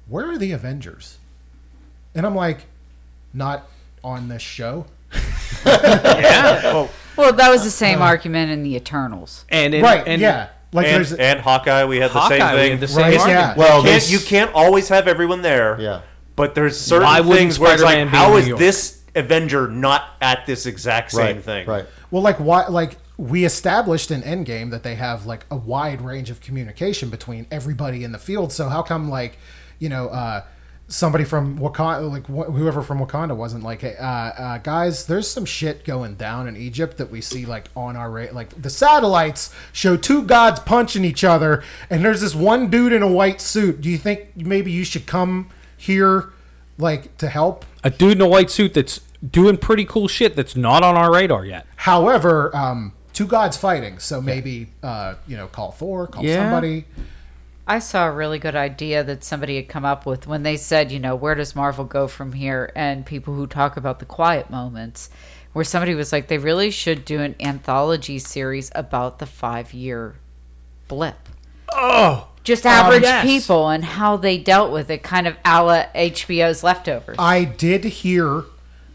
F: "Where are the Avengers?" And I'm like, "Not on this show."
A: Well, that was the same argument in the Eternals.
E: And in,
F: right?
E: and
F: yeah. Like
D: and,
F: there's
D: and Hawkeye, we had the
E: Hawkeye,
D: same
E: we
D: thing.
E: had the
D: You
E: same
F: Right,
E: argument.
F: yeah.
B: Well,
D: can't-
B: this-
D: you can't always have everyone there.
B: Yeah.
D: But there's certain
E: Why wouldn't
D: things where it's like,
E: Spider-Man be
D: how
E: in
D: is
E: New York?
D: this Avenger not at this exact same
B: right.
D: thing?
B: Right.
F: Well, like why? Like we established in Endgame that they have like a wide range of communication between everybody in the field. So how come like you know uh, somebody from Wakanda, like wh- whoever from Wakanda wasn't like, hey, uh, uh, guys, there's some shit going down in Egypt that we see like on our ra- like the satellites show two gods punching each other, and there's this one dude in a white suit. Do you think maybe you should come here, like to help?
E: A dude in a white suit that's doing pretty cool shit that's not on our radar yet.
F: However, um, two gods fighting, so maybe uh, you know, call Thor, call
E: Yeah.
F: somebody.
A: I saw a really good idea that somebody had come up with when they said, you know, where does Marvel go from here? And people who talk about the quiet moments, where somebody was like, they really should do an anthology series about the five year blip. Oh. Just average
E: um, yes.
A: people and how they dealt with it, kind of a la HBO's leftovers.
F: I did hear,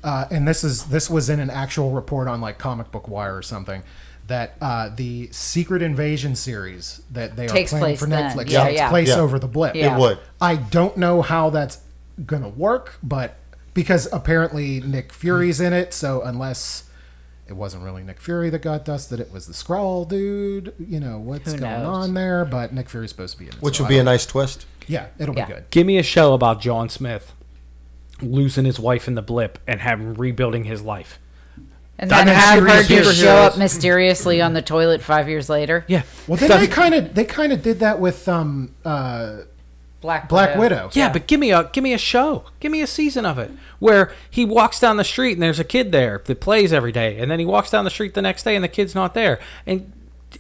F: uh, and this is this was in an actual report on like Comic Book Wire or something, that uh, the Secret Invasion series that they
A: Takes
F: are planning
A: place
F: for
A: then.
F: Netflix
A: Yeah,
F: takes
A: yeah.
F: place
B: Yeah.
F: over the blip.
A: Yeah.
B: It would.
F: I don't know how that's gonna work, but because apparently Nick Fury's in it, so unless it wasn't really Nick Fury that got dusted, it was the Skrull dude. You know what's
A: Who
F: going
A: knows?
F: on there, but Nick Fury's supposed to be in it,
B: Which
F: so
B: will
F: I
B: be a
F: don't-
B: nice twist.
F: yeah, it'll
A: Yeah.
F: be good.
E: Give me a show about John Smith losing his wife in the blip and having rebuilding his life.
A: and then
F: Diamond
A: have her
F: Series
A: just show up
F: superheroes.
A: mysteriously on the toilet five years later.
E: Yeah.
F: Well, then they kind of they kind of did that with um uh
A: Black,
F: Black Widow.
E: Yeah, but give me a give me a show, give me a season of it where he walks down the street and there's a kid there that plays every day, and then he walks down the street the next day and the kid's not there, and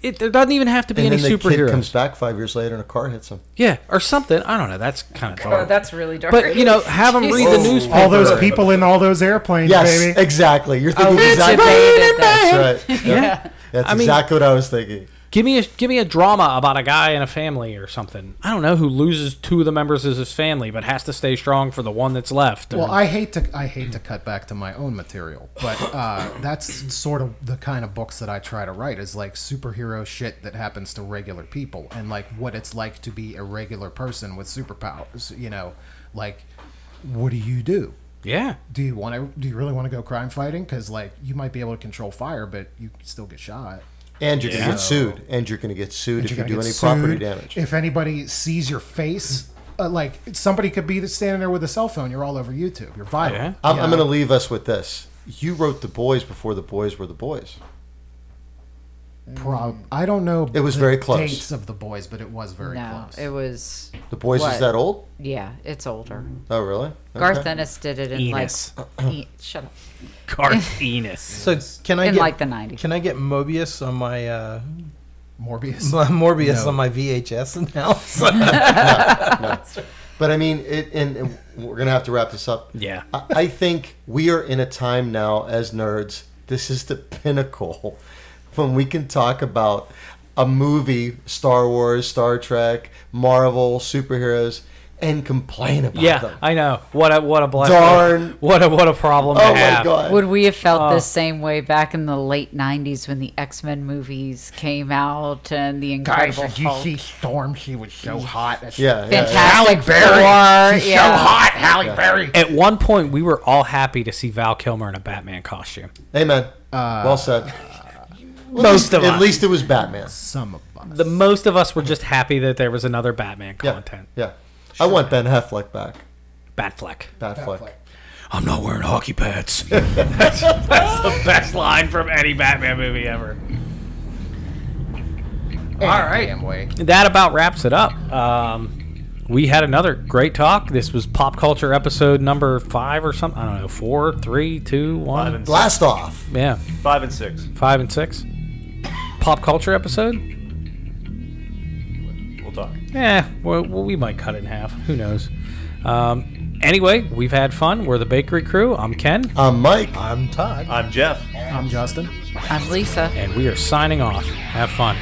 E: it, there doesn't even have to be
B: And
E: any
B: then the kid
E: superhero.
B: comes back five years later and a car hits him.
E: yeah, or something. I don't know. That's kind of
A: Oh,
E: dark.
A: that's really dark.
E: but you know, have him read the
A: Jesus.
E: newspaper.
G: All those people in all those airplanes,
B: Yes,
G: baby.
B: exactly. You're
A: Oh,
B: thinking
A: it's
B: exactly.
A: invaded that.
B: That's right. Yeah. That's
E: I mean-
B: exactly what I was thinking.
E: Give me a give me a drama about a guy and a family or something. I don't know who loses two of the members of his family, but has to stay strong for the one that's left.
F: Well, I hate to I hate to cut back to my own material, but uh, that's sort of the kind of books that I try to write is like superhero shit that happens to regular people and like what it's like to be a regular person with superpowers. You know, like what do you do?
E: yeah,
F: Do you want to? Do you really want to go crime fighting? Because like you might be able to control fire, but you can still get shot.
B: And you're going to get sued. And you're going to get sued if you
F: you're
B: do
F: gonna
B: any
F: get
B: property
F: sued.
B: damage.
F: If anybody sees your face, uh, like somebody could be standing there with a cell phone, you're all over YouTube. You're viral.
E: Yeah.
B: I'm, I'm going to leave us with this. You wrote The Boys before The Boys were The Boys.
F: Prob- I don't know.
B: It was
F: the
B: very close.
F: Dates of the boys, but it was very
A: no,
F: close.
A: it was.
B: The Boys is
A: What?
B: that old?
A: Yeah, it's older.
B: Oh, really?
A: Garth
B: Okay.
A: Ennis did it in
E: Enos.
A: like e- shut up
E: Garth Ennis.
C: So can I
A: in
C: get
A: like the nineties.
C: can I get Mobius on my uh,
F: Morbius.
C: Morbius
F: No.
C: on my VHS now? So-
B: But I mean, it, and, and we're going to have to wrap this up.
E: Yeah.
B: I, I think we are in a time now as nerds. This is the pinnacle when we can talk about a movie, Star Wars, Star Trek, Marvel, superheroes, and complain about
E: Yeah,
B: them.
E: I know. What a what a blessing.
B: Darn.
E: What a what a problem.
B: oh
E: to have.
B: my god!
A: Would we have felt the same way back in the late nineties when the X Men movies came out and the Incredible Hulk?
F: Storm? She was so hot.
B: yeah, yeah, yeah.
A: Fantastic Four, yeah.
F: Halle Berry.
E: At one point, we were all happy to see Val Kilmer in a Batman costume.
B: Amen. well said.
E: Most of
B: At
E: us.
B: least it was Batman.
F: Some of us.
E: The most of us were just happy that there was another Batman
B: Yeah,
E: content.
B: yeah. I want Ben Affleck back.
E: Batfleck.
B: Batfleck.
E: I'm not wearing hockey pads. that's, that's the best line from any Batman movie ever.
F: All right. Damn way.
E: That about wraps it up. Um, we had another great talk. This was pop culture episode number five or something. I don't know, four, three, two, one.
D: Five and six.
B: Blast off.
E: Yeah,
D: Five and six.
E: five and six. Pop culture episode.
D: We'll talk.
E: Yeah, well, well, we might cut it in half. Who knows? Um, anyway, we've had fun. We're the Bakery Crew. I'm Ken,
B: I'm Mike.
C: I'm Todd.
D: I'm Jeff.
F: I'm Justin.
A: I'm Lisa.
E: and we are signing off. Have fun.